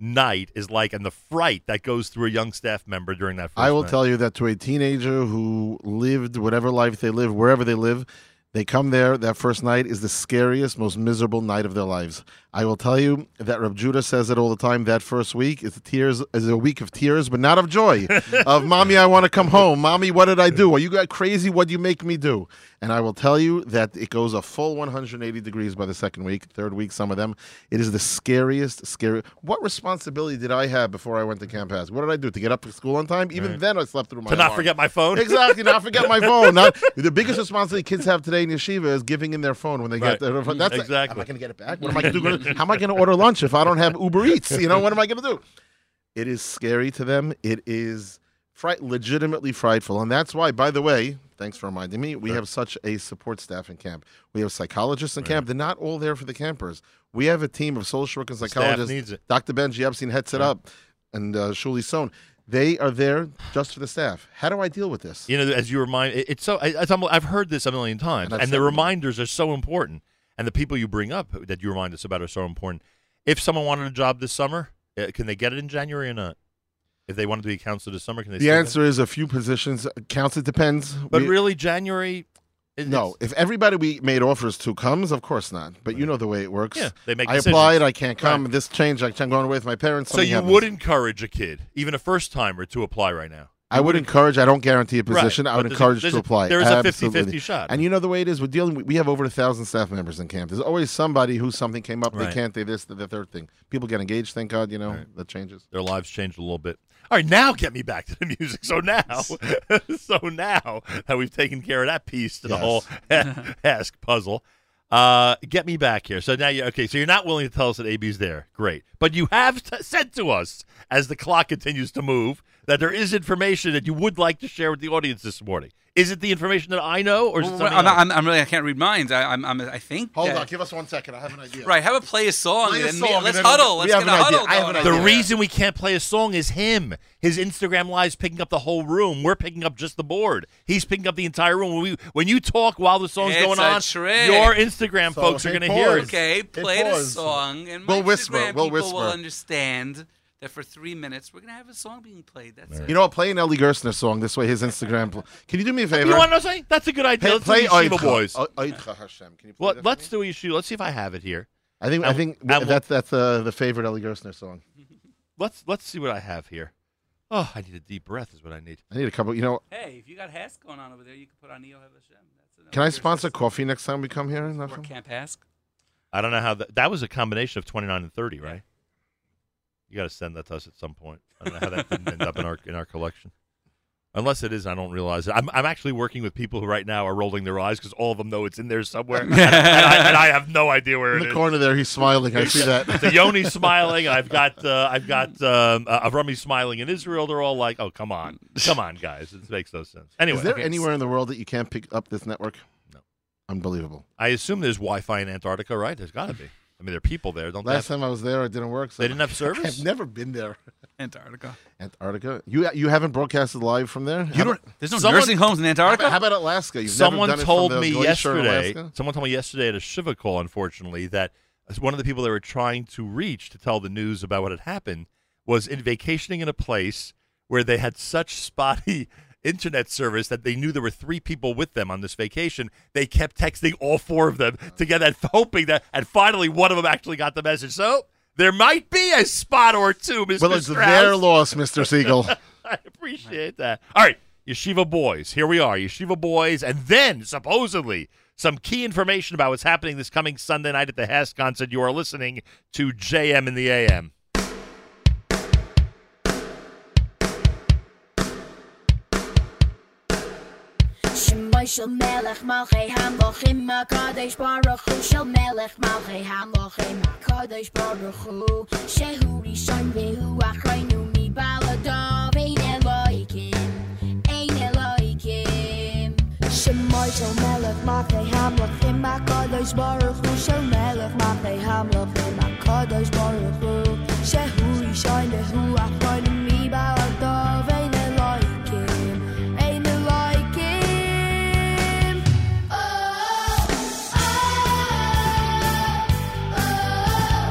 A: night is like and the fright that goes through a young staff member during that first
C: I will
A: night.
C: tell you that to a teenager who lived whatever life they live, wherever they live, they come there. That first night is the scariest, most miserable night of their lives. I will tell you that Reb Judah says it all the time. That first week is tears is a week of tears, but not of joy. of mommy, I want to come home. Mommy, what did I do? Are you got crazy? What do you make me do? And I will tell you that it goes a full 180 degrees by the second week, third week. Some of them, it is the scariest. Scary. What responsibility did I have before I went to Camp House? What did I do to get up for school on time? Even then, I slept through my.
A: to not
C: alarm.
A: forget my phone.
C: Exactly. Not forget my phone. Not, the biggest responsibility kids have today in yeshiva is giving in their phone when they
A: Right.
C: get their phone. That's
A: Exactly.
C: am I going to get it back? What am I going to do? How am I going to order lunch if I don't have Uber Eats? You know, what am I going to do? It is scary to them. It is fright, legitimately frightful, and that's why. By the way, thanks for reminding me. We have such a support staff in camp. We have psychologists in camp. They're not all there for the campers. We have a team of social workers and psychologists.
A: needs it.
C: Dr. Benji Epstein heads it up, and uh, Shuli Sohn. They are there just for the staff. How do I deal with this?
A: You know, as you remind, it, it's so. I, it's, almo- I've heard this a million times,
C: And I've
A: and, the
C: said it.
A: reminders are so important, and the people you bring up that you remind us about are so important. If someone wanted a job this summer, uh, can they get it in January or not? If they wanted to be a counselor this summer, can they?
C: The
A: still get it?
C: answer is a few positions counts. It depends.
A: But
C: We-
A: really, January. it-
C: no,
A: it's-
C: if everybody we made offers to comes, of course not. But you know the way it works.
A: Yeah, they make
C: I
A: decisions.
C: applied. I can't come. This changed. I- I'm going away with my parents.
A: So
C: something
A: you
C: happens.
A: would encourage a kid, even a first timer, to apply right now.
C: I would encourage. I don't guarantee a
A: Right,
C: position. I
A: but
C: would
A: there's a-
C: encourage
A: there's
C: to
A: a-
C: apply.
A: There is a
C: Absolutely.
A: 50-50 shot.
C: And you know the way it is. We're dealing. We have over a thousand staff members in camp. There's always somebody who something came up.
A: Right.
C: They can't. They this. The, the third thing. People get engaged. Thank God. You know that changes.
A: their lives changed a little bit. All right, now get me back to the music. So now, so now that we've taken care of that piece to the
C: Yes.
A: whole ask puzzle, uh, get me back here. So now you okay? So you're not willing to tell us that AB's there. Great, but you have t- said to us as the clock continues to move that there is information that you would like to share with the audience this morning. Is it the information that I know, or is it
B: Well,
A: something
B: I'm,
A: else?
B: I'm, I'm really I can't read minds. I, I'm, I'm I think.
C: Hold
B: that-
C: on. Give us one second. I have an idea.
B: Right, have a play a song
C: Play a
B: and then
C: song and
B: let's
C: then
B: huddle.
C: we
B: Let's
C: have
B: get a
C: an idea.
B: huddle.
C: I have
B: going
C: an
B: on.
A: The
C: idea. Yeah.
A: reason we can't play a song is him. His Instagram live's picking up the whole room. We're picking up just the board. He's picking up the entire room. When, we, when you talk while the song's
B: It's
A: going
B: a
A: on,
B: trick.
A: your Instagram
C: So
A: folks are
C: hit
A: going to hear
C: pause.
A: it.
B: Okay,
C: It
B: play the
C: paused.
B: song, and
C: We'll
B: my
C: whisper,
B: Instagram
C: we'll
B: people will
C: whisper.
B: understand that for three minutes we're gonna have a song being played. That's it.
C: You know what? Play an Ellie Gerstner song. This way, his Instagram. pl- Can you do me a favor?
A: You want to say? That's a good idea.
C: Play,
A: let's
C: play
A: do Yeshiva
C: Oidcha.
A: Boys.
C: O- Oidcha Hashem. Can you play
A: Let,
C: that for
A: let's
C: me?
A: do a Yeshiva. Let's see if I have it here.
C: I think
A: I
C: I
A: will-
C: think
A: I will-
C: that's that's uh, the favorite Ellie Gerstner song.
A: Let's let's see what I have here. Oh, I need a deep breath. Is what I need.
C: I need a couple. You know,
B: Hey, if you got Hask going on over there, you can put on Neo Hashem. That's another
C: can I
B: Gershon
C: sponsor
B: song.
C: coffee next time we come here?
B: Or Camp Hask?
A: I don't know how that. That was a combination of twenty nine and thirty, right? You got to send that to us at some point. I don't know how that didn't end up in our in our collection. Unless it is, I don't realize it. I'm, I'm actually working with people who right now are rolling their eyes because all of them know it's in there somewhere, and, I, and I have no idea where
C: In
A: it
C: the
A: is.
C: corner there, he's smiling. I see that.
A: So Yoni's smiling. I've got uh, I've got um, uh, Avrami smiling in Israel. They're all like, "Oh, come on, come on, guys! It makes no sense." Anyway,
C: Is there
B: okay.
C: anywhere in the world that you can't pick up this network?
A: No.
C: Unbelievable.
A: I assume there's Wi-Fi in Antarctica, right? There's got to be. I mean, there are people there. Don't they
C: Last
A: have-
C: time I was there, it didn't work. So
A: they didn't have service?
C: I've never been there.
B: Antarctica.
C: Antarctica. You you haven't broadcasted live from there.
A: You don't.
B: There's no
A: Someone-
B: nursing homes in
C: How
B: Antarctica.
C: about, how about Alaska? You've never
A: someone
C: done it from
A: told
C: the
A: me
C: glacier in
A: yesterday.
C: Alaska?
A: Someone told me yesterday at a Shiva call, unfortunately, that one of the people they were trying to reach to tell the news about what had happened was in vacationing in a place where they had such spotty internet service that they knew there were three people with them on this vacation. They kept texting all four of them together, hoping that, and finally one of them actually got the message. So. There might be a spot or two, Mr.
C: Well, it's
A: Strauss.
C: their loss, Mr. Siegel.
A: I appreciate that. All right, Yeshiva Boys. Here we are, Yeshiva Boys, and then supposedly some key information about what's happening this coming Sunday night at the Hess concert. You are listening to JM in the AM.
D: Shmoy shel melech malchei hamlochim HaKadosh Baruch Hu Shel melech malchei hamlochim HaKadosh Baruch Hu Shehu rishon vehu achreinu mi baladov Ein Elohikim, ein Elohikim
E: שמוי של מלך מלכי המלכים הקדוש ברוך הוא של מלך מלכי המלכים הקדוש ברוך הוא שהוא ראשון והוא אחרון מבעל הטוב אין אלוהיקים אין אלוהיקים Oh, oh, oh.
D: oh,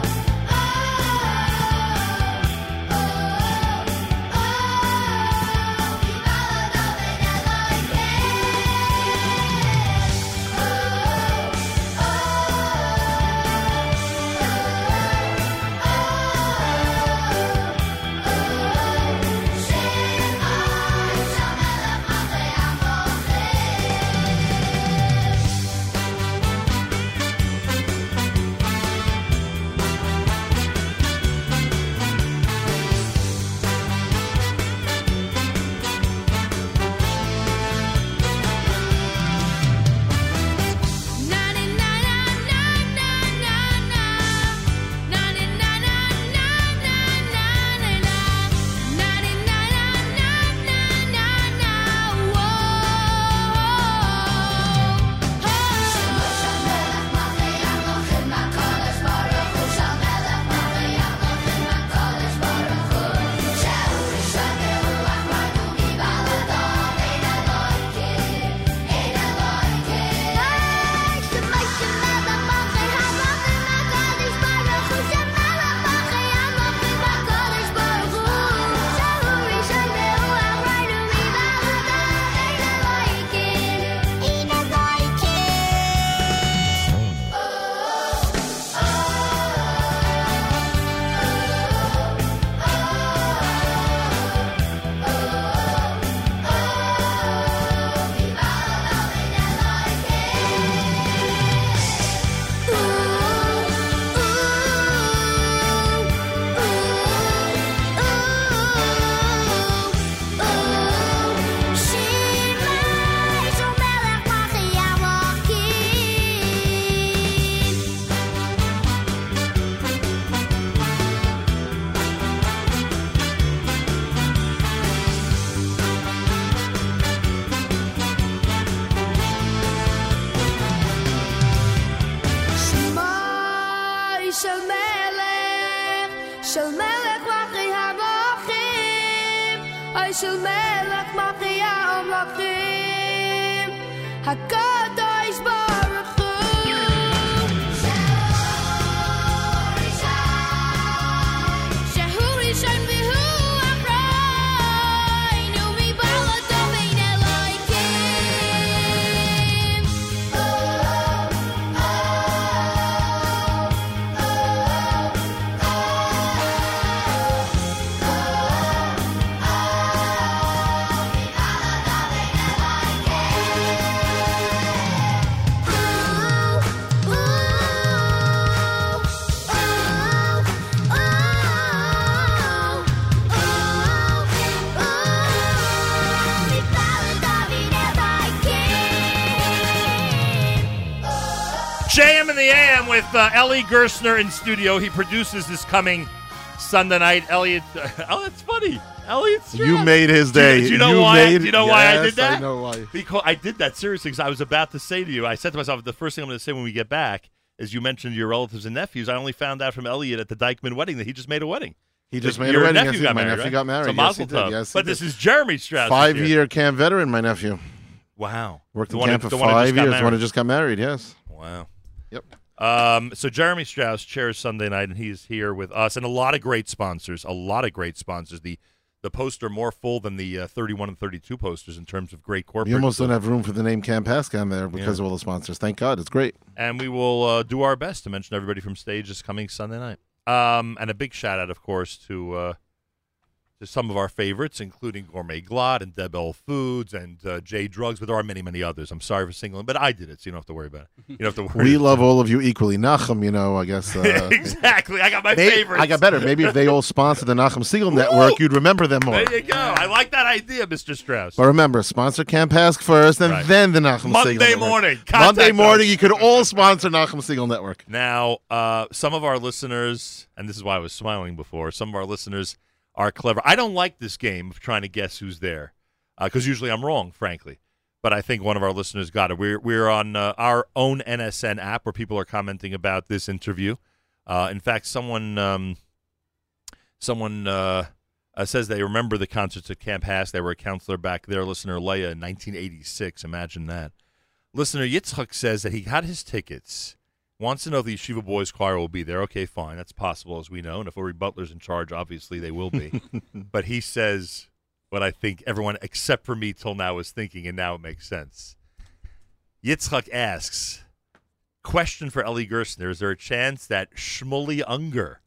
E: של מלך מפריע ומלכים הקדוש ברוך הוא שהוא ראשון והוא אחרון ומבעל אותו בין אלוהים
A: JM and the AM with uh, Ellie Gerstner in studio. He produces this coming Sunday night. Elliot, oh, that's funny. Elliot, Strass.
C: You made his
A: Do you-
C: day.
A: Do you know why?
C: made-
A: do you know why I
C: Yes,
A: did that?
C: I know why.
A: Because I did that seriously. Because I was about to say to you, I said to myself, the first thing I'm going to say when we get back is you mentioned your relatives and nephews. I only found out from Elliot at the Dykeman wedding that he just made a wedding.
C: He just
A: Like,
C: made a
A: your
C: wedding.
A: Nephew
C: Yes,
A: got
C: my
A: married,
C: nephew
A: right?
C: got married.
A: So
C: yes,
A: mazel
C: he did.
A: tov.
C: Yes, he
A: but
C: did.
A: this is Jeremy Strauss.
C: five
A: years.
C: year camp veteran. My nephew
A: Wow.
C: worked
A: The
C: in
A: one who-
C: camp
A: the
C: for
A: one who just
C: five
A: got
C: years. One who
A: married.
C: just got married. Yes.
A: Wow.
C: Yep.
A: Um, so Jeremy Strauss chairs Sunday night, and he's here with us, and a lot of great sponsors. A lot of great sponsors. The the poster more full than the uh, 31 and 32 posters in terms of great corporate.
C: You almost don't have room for the name Camp Pasca on there because of all the sponsors. Thank God, it's great.
A: and we will uh, do our best to mention everybody from stage this coming Sunday night. Um, and a big shout out, of course, to uh, to some of our favorites, including Gourmet Glot and Deb L Foods and uh, J Drugs, but there are many, many others. I'm sorry for singling, but I did it, so you don't have to worry about it. You don't have to worry.
C: We love all of you equally. Nachum, you know, I guess. Uh,
A: exactly. I got my
C: may-
A: favorites.
C: I got better. Maybe if they all sponsored the Nachum Siegel Network, you'd remember them more.
A: There you go. I like that idea, Mr. Strauss.
C: But remember, sponsor Camp Pask first, and
A: Right.
C: then the Nachum
A: Monday
C: Siegel Network.
A: morning, contact
C: Monday morning,
A: us.
C: you could all sponsor Nachum Siegel Network.
A: Now, uh, some of our listeners, and this is why I was smiling before, some of our listeners are clever. I don't like this game of trying to guess who's there because usually I'm wrong, frankly. But I think one of our listeners got it. We're, we're on uh, our own NSN app where people are commenting about this interview. Uh, in fact, someone um, someone uh, uh, says they remember the concerts at Camp Hass. They were a counselor back there, listener Leah, in 1986. Imagine that. Listener Yitzhak says that he got his tickets, wants to know if the Yeshiva Boys Choir will be there. Okay, fine. That's possible, as we know. And if Ori Butler's in charge, obviously they will be. but he says what I think everyone except for me till now was thinking, and now it makes sense. Yitzhak asks, question for Ellie Gerstner, is there a chance that Shmuley Unger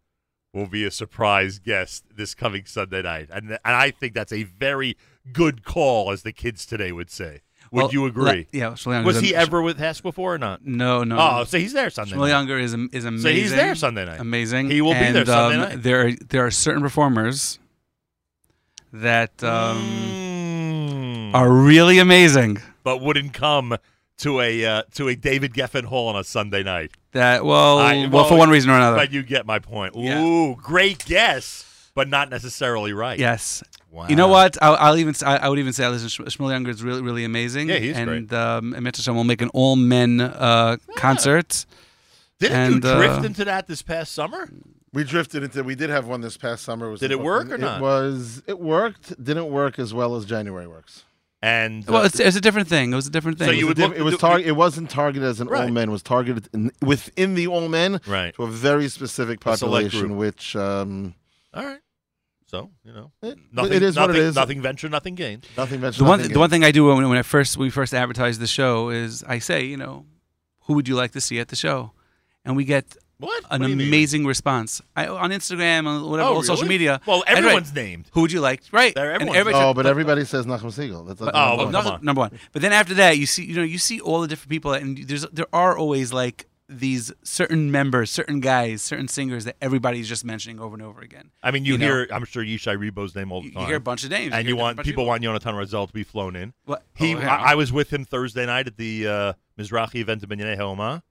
A: will be a surprise guest this coming Sunday night? And, and I think that's a very good call, as the kids today would say. Would
B: Well,
A: you agree?
B: le- yeah. Shmuel
A: Was
B: Younger's
A: he
B: am-
A: ever with Hess before or not?
B: No, no.
A: Oh,
B: no.
A: so he's there Sunday.
B: Shmuel
A: night.
B: Younger is am- is amazing.
A: So he's there Sunday night.
B: Amazing.
A: He will be
B: And,
A: there Sunday
B: um,
A: night.
B: There are there are certain performers that um,
A: Mm.
B: are really amazing.
A: but wouldn't come to a uh, to a David Geffen Hall on a Sunday night.
B: That well,
A: I-
B: Oh, well, for one reason or another.
A: But you get my point.
B: Yeah.
A: Ooh, great guess, but not necessarily right.
B: yes.
A: Wow.
B: You know what? I'll, I'll even s- I, I would even say, listen, Sh- Shmuel Younger is really really amazing.
A: Yeah, he is
B: and, Um, and Mitch Hashem will make an all men uh, concert.
A: Didn't
B: And,
A: you
B: uh,
A: drift into that this past summer?
C: We drifted into. We did have one this past summer. Was
A: Did
C: the-
A: it work or not?
C: It was. It worked. Didn't work as well as January works.
A: And uh,
B: Well, it's, it's a different thing. It was a different thing.
A: So
C: It
A: you
C: was
A: would
C: a diff-
A: look
C: it
A: to
C: was
A: do-
C: tar- It wasn't targeted as an all
A: Right.
C: men. It was targeted in, within the all men
A: Right.
C: to a very specific
A: A select
C: population,
A: group.
C: which um,
A: uh, all right. So you know,
C: it,
A: nothing.
C: it is
A: nothing,
C: what it is.
A: Nothing venture, nothing gain.
C: Nothing ventured.
B: the one
C: nothing
B: the one thing I do when, when I first we first advertise the show is I say, you know, who would you like to see at the show? And we get
A: What?
B: an
A: What do you mean?
B: amazing response I, on Instagram on whatever
A: Oh,
B: all social
A: really?
B: media.
A: Well,
B: And, right,
A: everyone's named.
B: Who would you like? Right.
A: They're
B: And
A: everyone's
C: gained.
B: everybody-
C: Oh, but everybody says Nachum Siegel. That's not
A: Oh,
C: the
A: well,
C: point.
A: no.
B: number-
A: come on.
B: number one. But then after that, you see, you know, you see all the different people, and there's there are always like these certain members, certain guys, certain singers that everybody's just mentioning over and over again.
A: I mean, you,
B: You know.
A: hear. I'm sure Yishai Rebo's name all the
B: You,
A: time.
B: you hear a bunch of names,
A: Oh, and
B: hear
A: you
B: a
A: want
B: bunch
A: people,
B: of
A: want Yonatan Rizal to be flown in.
B: What-
A: He,
B: oh, yeah.
A: I, I was with him Thursday night at the uh, Mizrahi event in B'nai Homa.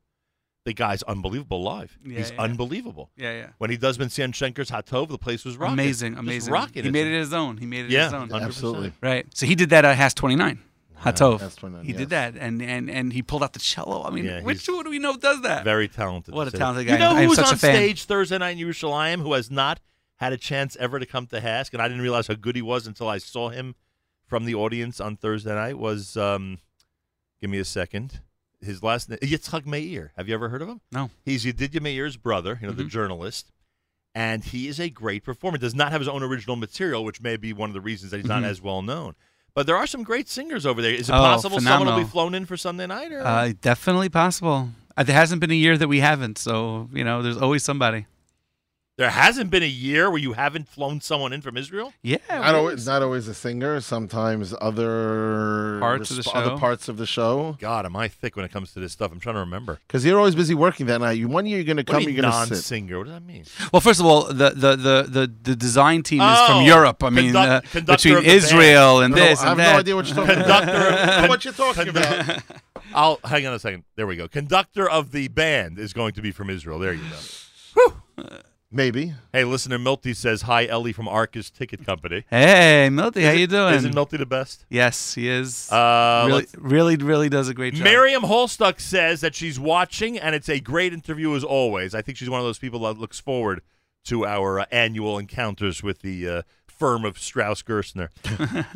A: The guy's unbelievable live.
B: Yeah,
A: He's
B: yeah, yeah.
A: unbelievable.
B: yeah, yeah.
A: When he does Vincent Schenker's Hatov, the place was rocking.
B: Amazing,
A: Just
B: amazing.
A: Rocking.
B: He made it his own. He made it
A: Yeah.
B: his own.
A: Yeah.
C: Absolutely.
B: Right. So he did that at Hass 29. Hatov.
C: Hass 29,
B: he
C: yes.
B: did that, and, and and he pulled out the cello. I mean,
A: Yeah,
B: which
A: he's
B: one do we know does that?
A: Very talented.
B: What a
A: So-
B: talented
A: You
B: guy.
A: know
B: I
A: who
B: am
A: was
B: such a
A: on
B: fan.
A: stage Thursday night in Yerushalayim who has not had a chance ever to come to Hask, and I didn't realize how good he was until I saw him from the audience on Thursday night. Was um, give me a second. His last name Yitzhak Meir. Have you ever heard of him?
B: No. Mm-hmm.
A: He's Yedidya Meir's brother, you know, the journalist, and he is a great performer. Does not have his own original material, which may be one of the reasons that he's not as well known. But there are some great singers over there. Is it
B: Mm-hmm. Oh,
A: possible someone will
B: phenomenal.
A: be flown in for Sunday night? Or?
B: Uh, definitely possible. Uh, there hasn't been a year that we haven't, so you know, there's always somebody.
A: there hasn't been a year where you haven't flown someone in from Israel.
B: Yeah,
C: Not always, not always a singer. Sometimes other
B: Parts of the
C: other
B: show.
C: parts of the show.
A: God, am I thick when it comes to this stuff? I'm trying to remember.
C: Because you're always busy working that night. You one year you're going to
A: What
C: come,
A: do you mean
C: you're going to sit.
A: non-singer? What does that mean?
B: Well, first of all, the the the the, the design team is
A: Oh,
B: from Europe. I mean,
A: conduct-
B: uh,
A: conductor
B: between
A: of the band.
B: Israel and
C: No, no,
B: this
C: I have
B: and
C: no
B: that.
C: idea what you're talking about.
A: Conductor.
C: what you're talking about.
A: I'll hang on a second. There we go. Conductor of the band is going to be from Israel. There you go.
C: Maybe.
A: Hey, listener Milty says hi, Ellie from Arcus Ticket Company.
B: Hey, Milty, how you doing?
A: Isn't Milty the best?
B: yes, he is.
A: Uh,
B: really,
A: let's-
B: really, really does a great job.
A: Miriam Holstuck says that she's watching, and it's a great interview as always. I think she's one of those people that looks forward to our uh, annual encounters with the uh, firm of Strauss Gerstner.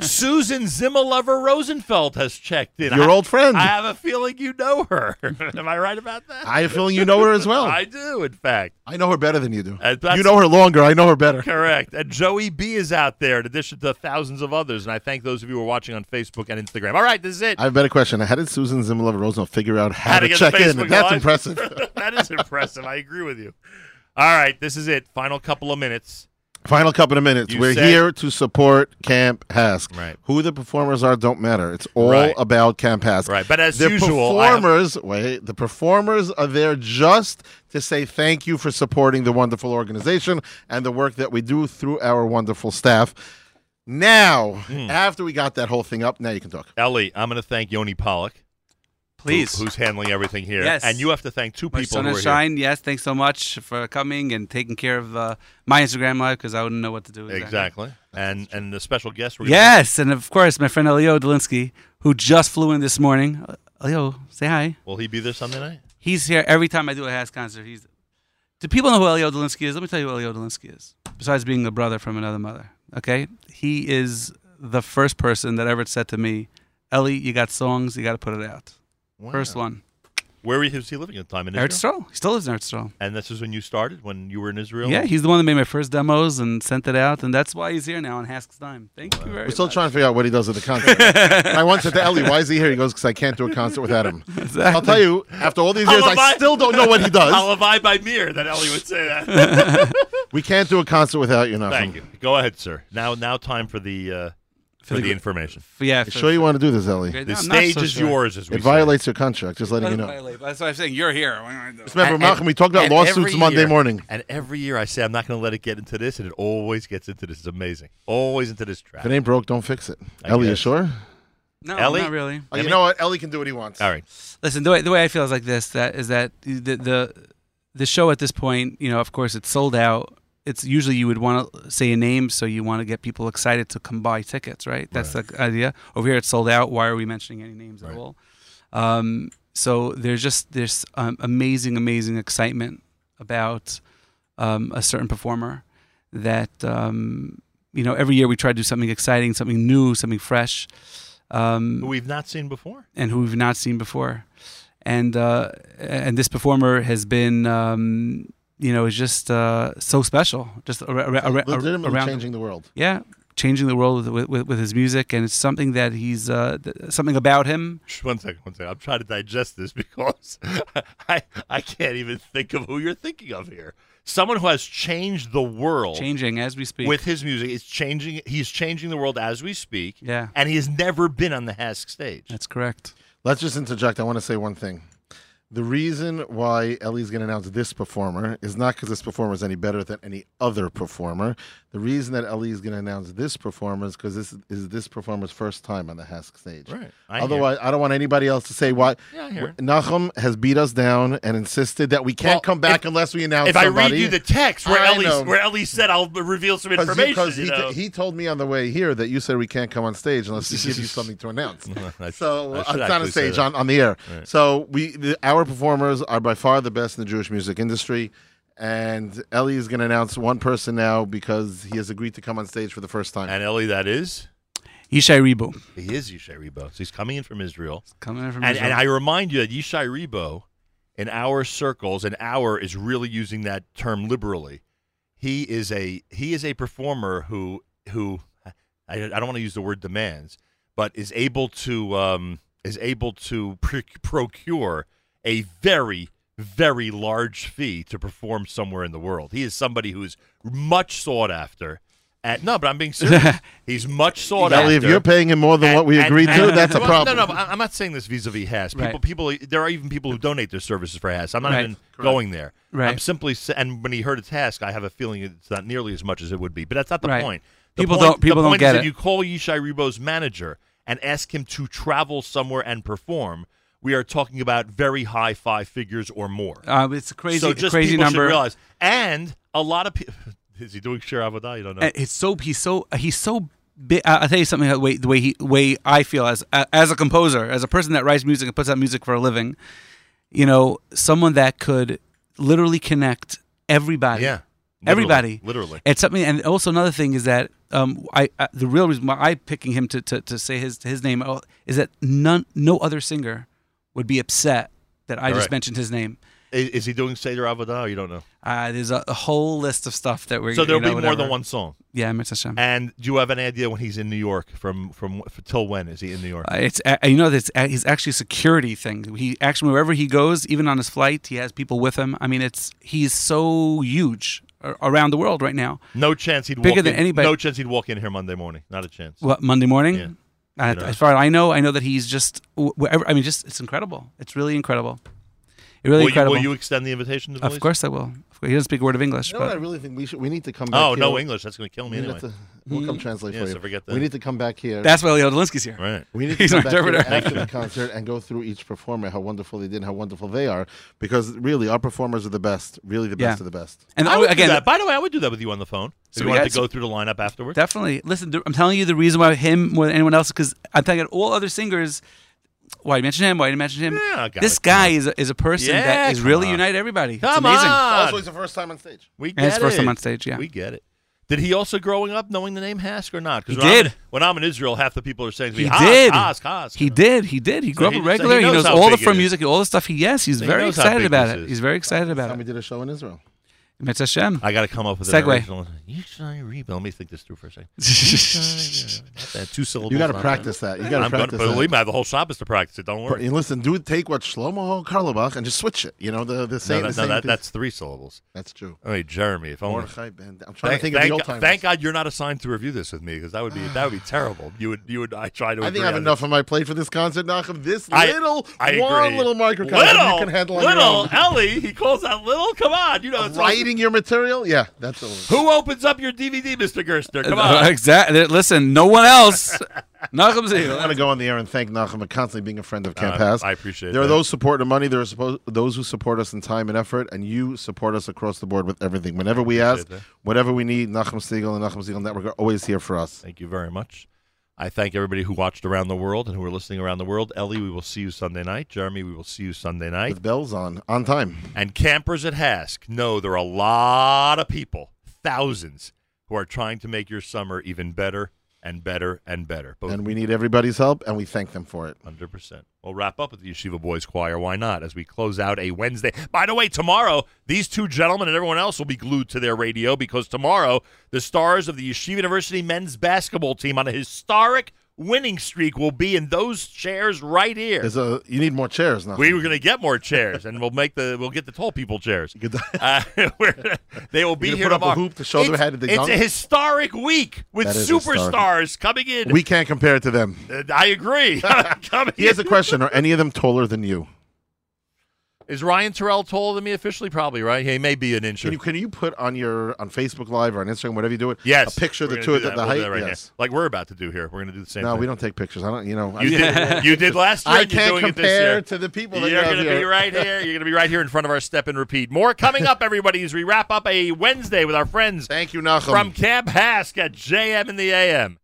A: Susan Zimmerlover Rosenfeld has checked in.
C: Your
A: I,
C: old friend.
A: I
C: I,
A: have a feeling you know her. Am I right about that?
C: have a feeling you know her as well.
A: I
C: I,
A: do, in fact.
C: know her better than you do.
A: Uh, that's-
C: You know her longer. I know her better.
A: Correct. And Joey B is out there, in addition to thousands of others. And I thank those of you who are watching on Facebook and Instagram. All right, this is it.
C: I have a better question. How did Susan Zimmerlove Rosenthal figure out how, to
A: get
C: check in?
A: Facebook
C: That's
A: Live.
C: impressive.
A: that is impressive. I agree with you. All right, this is it. Final couple of minutes.
C: Final couple of minutes.
A: You
C: We're
A: said-
C: here to support Camp Hask.
A: Right.
C: Who the performers are don't matter. It's all
A: Right.
C: about Camp Hask.
A: Right, but as
C: the
A: usual, I have-
C: performers. Wait, the performers are there just to say thank you for supporting the wonderful organization and the work that we do through our wonderful staff. Now,
A: Hmm.
C: after we got that whole thing up, now you can talk.
A: Ellie, I'm going to thank Yoni Pollock, who-
B: Please.
A: who's handling everything here.
B: Yes.
A: And you have to thank two
B: my
A: people
B: sun
A: who are
B: and
A: here.
B: shine. Yes, thanks so much for coming and taking care of uh, my Instagram live because I wouldn't know what to do.
A: Exactly. And and the special guest we're gonna-
B: Yes, and of course, my friend Elio Dolinsky, who just flew in this morning. Uh, Elio, say hi.
A: Will he be there Sunday night?
B: He's here every time I do a Hask concert. He's. Do people know who Elio Dolinsky is? Let me tell you who Elio Dolinsky is. Besides being a brother from another mother, okay, he is the first person that ever said to me, "Ellie, you got songs, you got to put it out." First one,
A: Where was he living at the time in Israel?
B: Eretz Yisrael. He still lives in Eretz Yisrael.
A: And this is when you started, when you were in
C: Oh.
A: Israel?
B: Yeah, he's the one that made my first demos and sent it out, and that's why he's here now on Hask's dime. Thank you very
C: We're still
B: much.
C: trying to figure out what he does at the concert. And I once said to Ellie, "Why is he here?" He goes, "Because I can't do a concert without him." I'll tell you, after all these years,
A: I'll
C: I
A: abide-
C: still don't know what he
A: I'll
C: does.
A: abide by Mir that Ellie would say that.
C: We can't do a concert without you, Nachum.
A: Thank you. Go ahead, sir. Now now time for the uh, for the information.
B: F- yeah,
C: You sure you want to do this, Ellie?
A: The stage is yours as we
C: It
A: say.
C: violates your contract. Just letting you know.
B: That's why I'm saying you're here. Why don't I do it?
C: Remember,
A: And-
C: Malcolm, we talked about
A: and
C: lawsuits
A: every
C: Monday
A: year-
C: morning.
A: And every year I say I'm not going to let it get into this, and it always gets into this. It's amazing. Always into this trap.
C: If it ain't broke, don't fix it.
A: I
C: Ellie, you
A: guess.
C: sure?
B: No,
A: Ellie?
B: not really.
C: Oh, you know what? Ellie can do what he wants.
A: All right.
B: Listen, the way the way I feel is like this: that is that the the the show at this point, you know, of course, it's sold out. It's usually you would want to say a name, so you want to get people excited to come buy tickets, right? That's the idea. Over here, it's sold out. Why are we mentioning any names at all? Um, so there's just this um, amazing, amazing excitement about um, a certain performer that um, you know every year we try to do something exciting, something new, something fresh. Um,
A: Who we've not seen before.
B: and who we've not seen before. And uh, and this performer has been, um, you know, is just uh, so special. Just ar- ar- ar-
C: Legitimately
B: around,
C: changing the world.
B: yeah, changing the world with, with with his music, and it's something that he's uh, th- something about him.
A: Shh, One second, one second. I'm trying to digest this because I I can't even think of who you're thinking of here. Someone who has changed the world
B: Changing as we speak.
A: with his music is changing. He's changing the world as we speak.
B: Yeah.
A: And he has never been on the Hask stage.
B: that's correct.
C: Let's just interject. I want to say one thing. The reason why Ellie's going to announce this performer is not because this performer is any better than any other performer. The reason that Ellie is going to announce this performer is because this is this performer's first time on the Hask stage.
A: Right. I hear.
C: Otherwise, I don't want anybody else to say why.
A: Yeah, I hear.
C: Nachum has beat us down and insisted that we can't
A: Well,
C: come back
A: if-
C: unless we announce
A: If Oh, I
C: somebody.
A: read you the text where
C: I
A: Ellie
C: know.
A: where Ellie said I'll reveal some information,
C: Because
A: you
C: he,
A: know?
C: he told me on the way here that you said we can't come on stage unless we give you something to announce.
A: I-
C: so
A: I
C: uh,
A: should
C: it's not on
A: actually say
C: stage
A: that.
C: on, on the air. So we the, our performers are by far the best in the Jewish music industry. And Ellie is going to announce one person now because he has agreed to come on stage for the first time.
A: And Ellie, that is.
B: Yishai Rebo
A: He is Yishai Rebo. So he's coming in from Israel.
B: coming in from
A: And,
B: Israel.
A: and I remind you that Yishai Rebo, in our circles, an hour is really using that term liberally. He is a he is a performer who who I, I don't want to use the word demands, but is able to um, is able to proc- procure a very very large fee to perform somewhere in the world. He is somebody who is much sought after. At, no, but I'm being serious. He's much sought after.
C: Ellie, if you're paying him more than what we
A: And-
C: agreed
A: and-
C: to, that's a
A: well,
C: problem.
A: No, no, I- I'm not saying this vis-a-vis Hass. People,
B: Right.
A: people, there are even people who donate their services for Hass. I'm not
B: Right.
A: even going there. I'm
B: Right.
A: simply, sa- and when he heard it's Hass, I have a feeling it's not nearly as much as it would be. But that's not the
B: Right.
A: point. The
B: People
A: point-
B: don't- people
A: the
B: don't
A: point
B: get
A: is If
B: it.
A: you call Yishai Rebo's manager and ask him to travel somewhere and perform, we are talking about very high five figures or more.
B: uh, it's a crazy,
A: so just
B: crazy
A: people
B: number.
A: should realize. And a lot of people. Is he doing Shir Avodah? You don't know.
B: And It's so he's so he's so. Big, I'll tell you something. The way the way he way I feel as as a composer, as a person that writes music and puts out music for a living, you know, someone that could literally connect everybody.
A: yeah. Literally,
B: everybody.
A: Literally.
B: It's something, and also another thing is that um, I, I the real reason why I picking him to, to, to say his his name uh, is that none no other singer would be upset that I just
A: Correct.
B: mentioned his name.
A: I- Is, he doing Seder Avodah? You don't know.
B: Uh, there's a, a whole list of stuff that we're
A: So there'll
B: you know,
A: be more
B: whatever.
A: than one song.
B: Yeah, Mitzvah Shem.
A: And do you have any idea when he's in New York? From from f- till when is he in New York?
B: Uh, it's uh, you know that's uh, he's actually a security thing. He actually wherever he goes, even on his flight, he has people with him. I mean, it's he's so huge a- around the world right now.
A: No chance he'd
B: Bigger
A: walk
B: than
A: in,
B: anybody-
A: No chance he'd walk in here Monday morning. Not a chance.
B: What Monday morning?
A: Yeah.
B: Uh,
A: know.
B: As far as I know, I know that he's just wh- wherever. I mean, just it's incredible. It's really incredible. It really
A: will, you,
B: incredible.
A: will you extend the invitation to the
B: of course, I will. Of course, He doesn't speak a word of English,
C: You know what I
B: but
C: really think we should we need to come back.
A: Oh
C: here.
A: no, English. That's going to kill me
C: We
A: anyway.
C: need to, we'll come translate
A: Yeah,
C: for you.
A: so forget
C: We
A: that.
C: need to come back here.
B: that's why Leo Dolinsky's here.
A: Right.
C: we need to
B: He's
C: come
B: an
C: back here
B: interpreter.
C: after the concert and go through each performer, how wonderful they did, how wonderful they are, because really our performers are the best, really the best
B: Yeah.
C: of the best.
B: And
A: I
B: oh,
A: would do
B: again,
A: that. By the way, I would do that with you on the phone. If
B: So
A: you
B: we
A: wanted
B: got-
A: to go through the lineup afterwards.
B: definitely. Listen, th- I'm telling you the reason why him more than anyone else because I'm talking all other singers. Why you mention him? Why you mention him?
A: Yeah, I got
B: this
A: it. Come
B: guy
A: on.
B: is a, is a person
A: Yeah,
B: that is
A: come
B: really
A: on.
B: unite everybody. It's
A: Come
B: amazing.
A: on.
C: Also, it's the first time on stage.
A: We get
B: And it's the first
A: it.
B: time on stage, yeah.
A: we get it. Did he also growing up knowing the name Hask or not? 'Cause
B: He
A: when I'm-
B: did.
A: when I'm in Israel, half the people are saying to me,
B: He
A: Hask,
B: did.
A: Hask, Hask.
B: He did. He did. He grew
A: he- so
B: up a
A: he
B: regular. he,
A: knows
B: knows
A: how
B: all
A: big
B: the
A: it
B: from
A: is.
B: music, all the stuff. He yes, he's
A: So he
B: very
A: knows how
B: excited
A: big
B: about
A: this
B: it.
A: is.
B: He's very excited about
C: Time we
B: it.
C: did a show in Israel.
B: It's Hashem.
A: I got to come up with an
B: Segue.
A: original. Yishai Rebo. Let me think this through for a second. Yishai Rebo. Not bad. Two syllables.
C: You got to
A: not
C: practice that. You got to
A: I'm gonna,
C: practice that.
A: believe me, I have the whole shop is to practice it. Don't worry.
C: And listen, do take what Shlomo Karlebach and just switch it. You know the the
A: No, that-
C: same. the
A: no,
C: same
A: that-
C: thing.
A: that's three syllables.
C: that's true.
A: All right, Jeremy, if only.
C: Mordechai Ben. I'm trying
A: Thank,
C: to think of the old
A: thank,
C: time.
A: thank God you're not assigned to review this with me because that would be that would be terrible. You would you would I try to.
C: I think
A: agree
C: I have
A: on
C: enough on my plate for this concert, Nachum. This
A: it. I-
C: little,
A: I
C: one
A: agree.
C: little microcosm
A: Little,
C: you can handle on
A: little
C: your own.
A: Ellie. He calls that little. Come on, you know it's
C: Writing your material, yeah, that's all.
A: Who opens up your DVD, Mister Gerstner? Come
B: Uh,
A: on.
B: exactly. Listen, no one else. Nachum
C: I want
B: Zil.
C: to go on the air and thank Nachum for constantly being a friend of Camp
A: Uh,
C: House.
A: I appreciate
C: There are
A: that.
C: those supporting money. There are suppo- those who support us in time and effort, and you support us across the board with everything. Whenever we ask,
A: that.
C: whatever we need, Nachum Siegel and Nachum Siegel Network are always here for us.
A: Thank you very much. I thank everybody who watched around the world and who are listening around the world. Ellie, we will see you Sunday night. Jeremy, we will see you Sunday night.
C: With bells on, on time.
A: And campers at Hask know there are a lot of people, thousands, who are trying to make your summer even better and better and better. Both
C: And we need everybody's help, and we thank them for it.
A: 100%. We'll wrap up with the Yeshiva Boys Choir. Why not? As we close out a Wednesday. By the way, tomorrow, these two gentlemen and everyone else will be glued to their radio because tomorrow, the stars of the Yeshiva University men's basketball team on a historic winning streak will be in those chairs right here.
C: There's a, you need more chairs, Nachum.
A: We were going to get more chairs, and we'll make the we'll get the tall people chairs. Uh, we're- they will be here
C: You're gonna put up a
A: tomorrow.
C: hoop to show them
A: it's,
C: how to
A: It's
C: dunk?
A: a historic week with
C: That is historic.
A: superstars coming in.
C: we can't compare it to them.
A: Uh, I agree. coming
C: Here's a
A: in.
C: question: Are any of them taller than you?
A: Is Ryan Terrell taller than me officially? Probably right. He may be an inch.
C: Can
A: or-
C: you can you put on your on Facebook Live or on Instagram, whatever you do it?
A: yes,
C: a picture of
A: We're gonna
C: the two
A: do
C: of the,
A: that.
C: the
A: We'll do
C: height.
A: that right now.
C: yes.
A: like we're about to do here. We're going to do the same
C: No,
A: thing.
C: we don't take pictures. I don't. You know, I-
A: You did. you did last year.
C: I
A: and you're
C: can't
A: doing it this
C: compare
A: year.
C: to the people that
A: You're
C: you have
A: going to be
C: here.
A: right here. You're going to be right here in front of our step and repeat. More coming up, everybody, as we wrap up a Wednesday with our friends
C: Thank you, Nachum.
A: from Camp Hask at JM in the AM.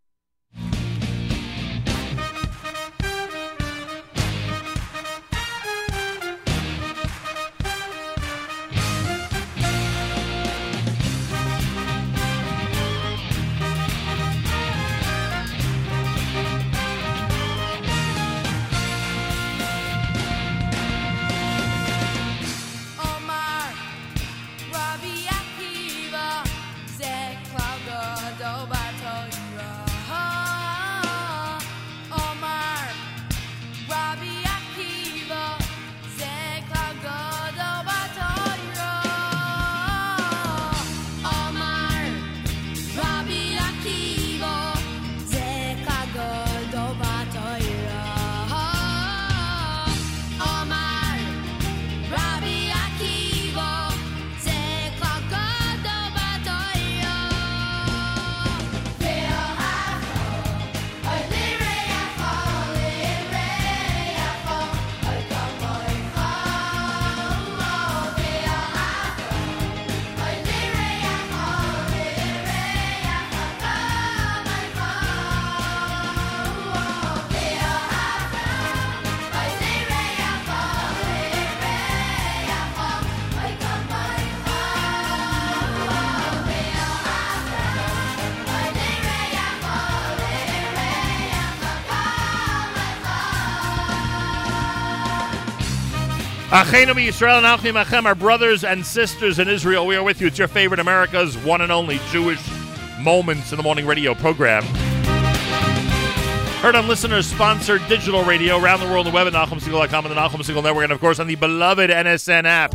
E: Oh, Oh, Oh,
A: Achenu Yisrael and Achim Achem, our brothers and sisters in Israel, we are with you. It's your favorite America's one and only Jewish Moments in the Morning radio program. Heard on listeners sponsored digital radio around the world on the web at NahumSingle.com and the Nahum Single Network, and of course on the beloved NSN app.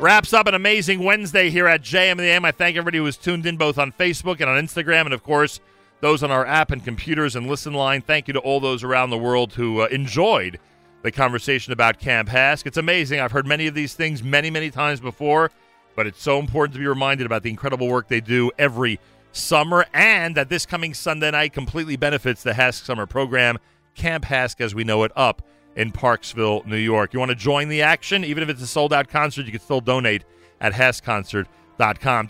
A: Wraps up an amazing Wednesday here at JM and the AM. I thank everybody who was tuned in both on Facebook and on Instagram, and of course, those on our app and computers and listen line. Thank you to all those around the world who uh, enjoyed the conversation about Camp Hask. It's amazing. I've heard many of these things many, many times before, but it's so important to be reminded about the incredible work they do every summer and that this coming Sunday night completely benefits the Hask Summer Program, Camp Hask as we know it, up in Parksville, New York. You want to join the action? Even if it's a sold out concert, you can still donate at haskconcert.com.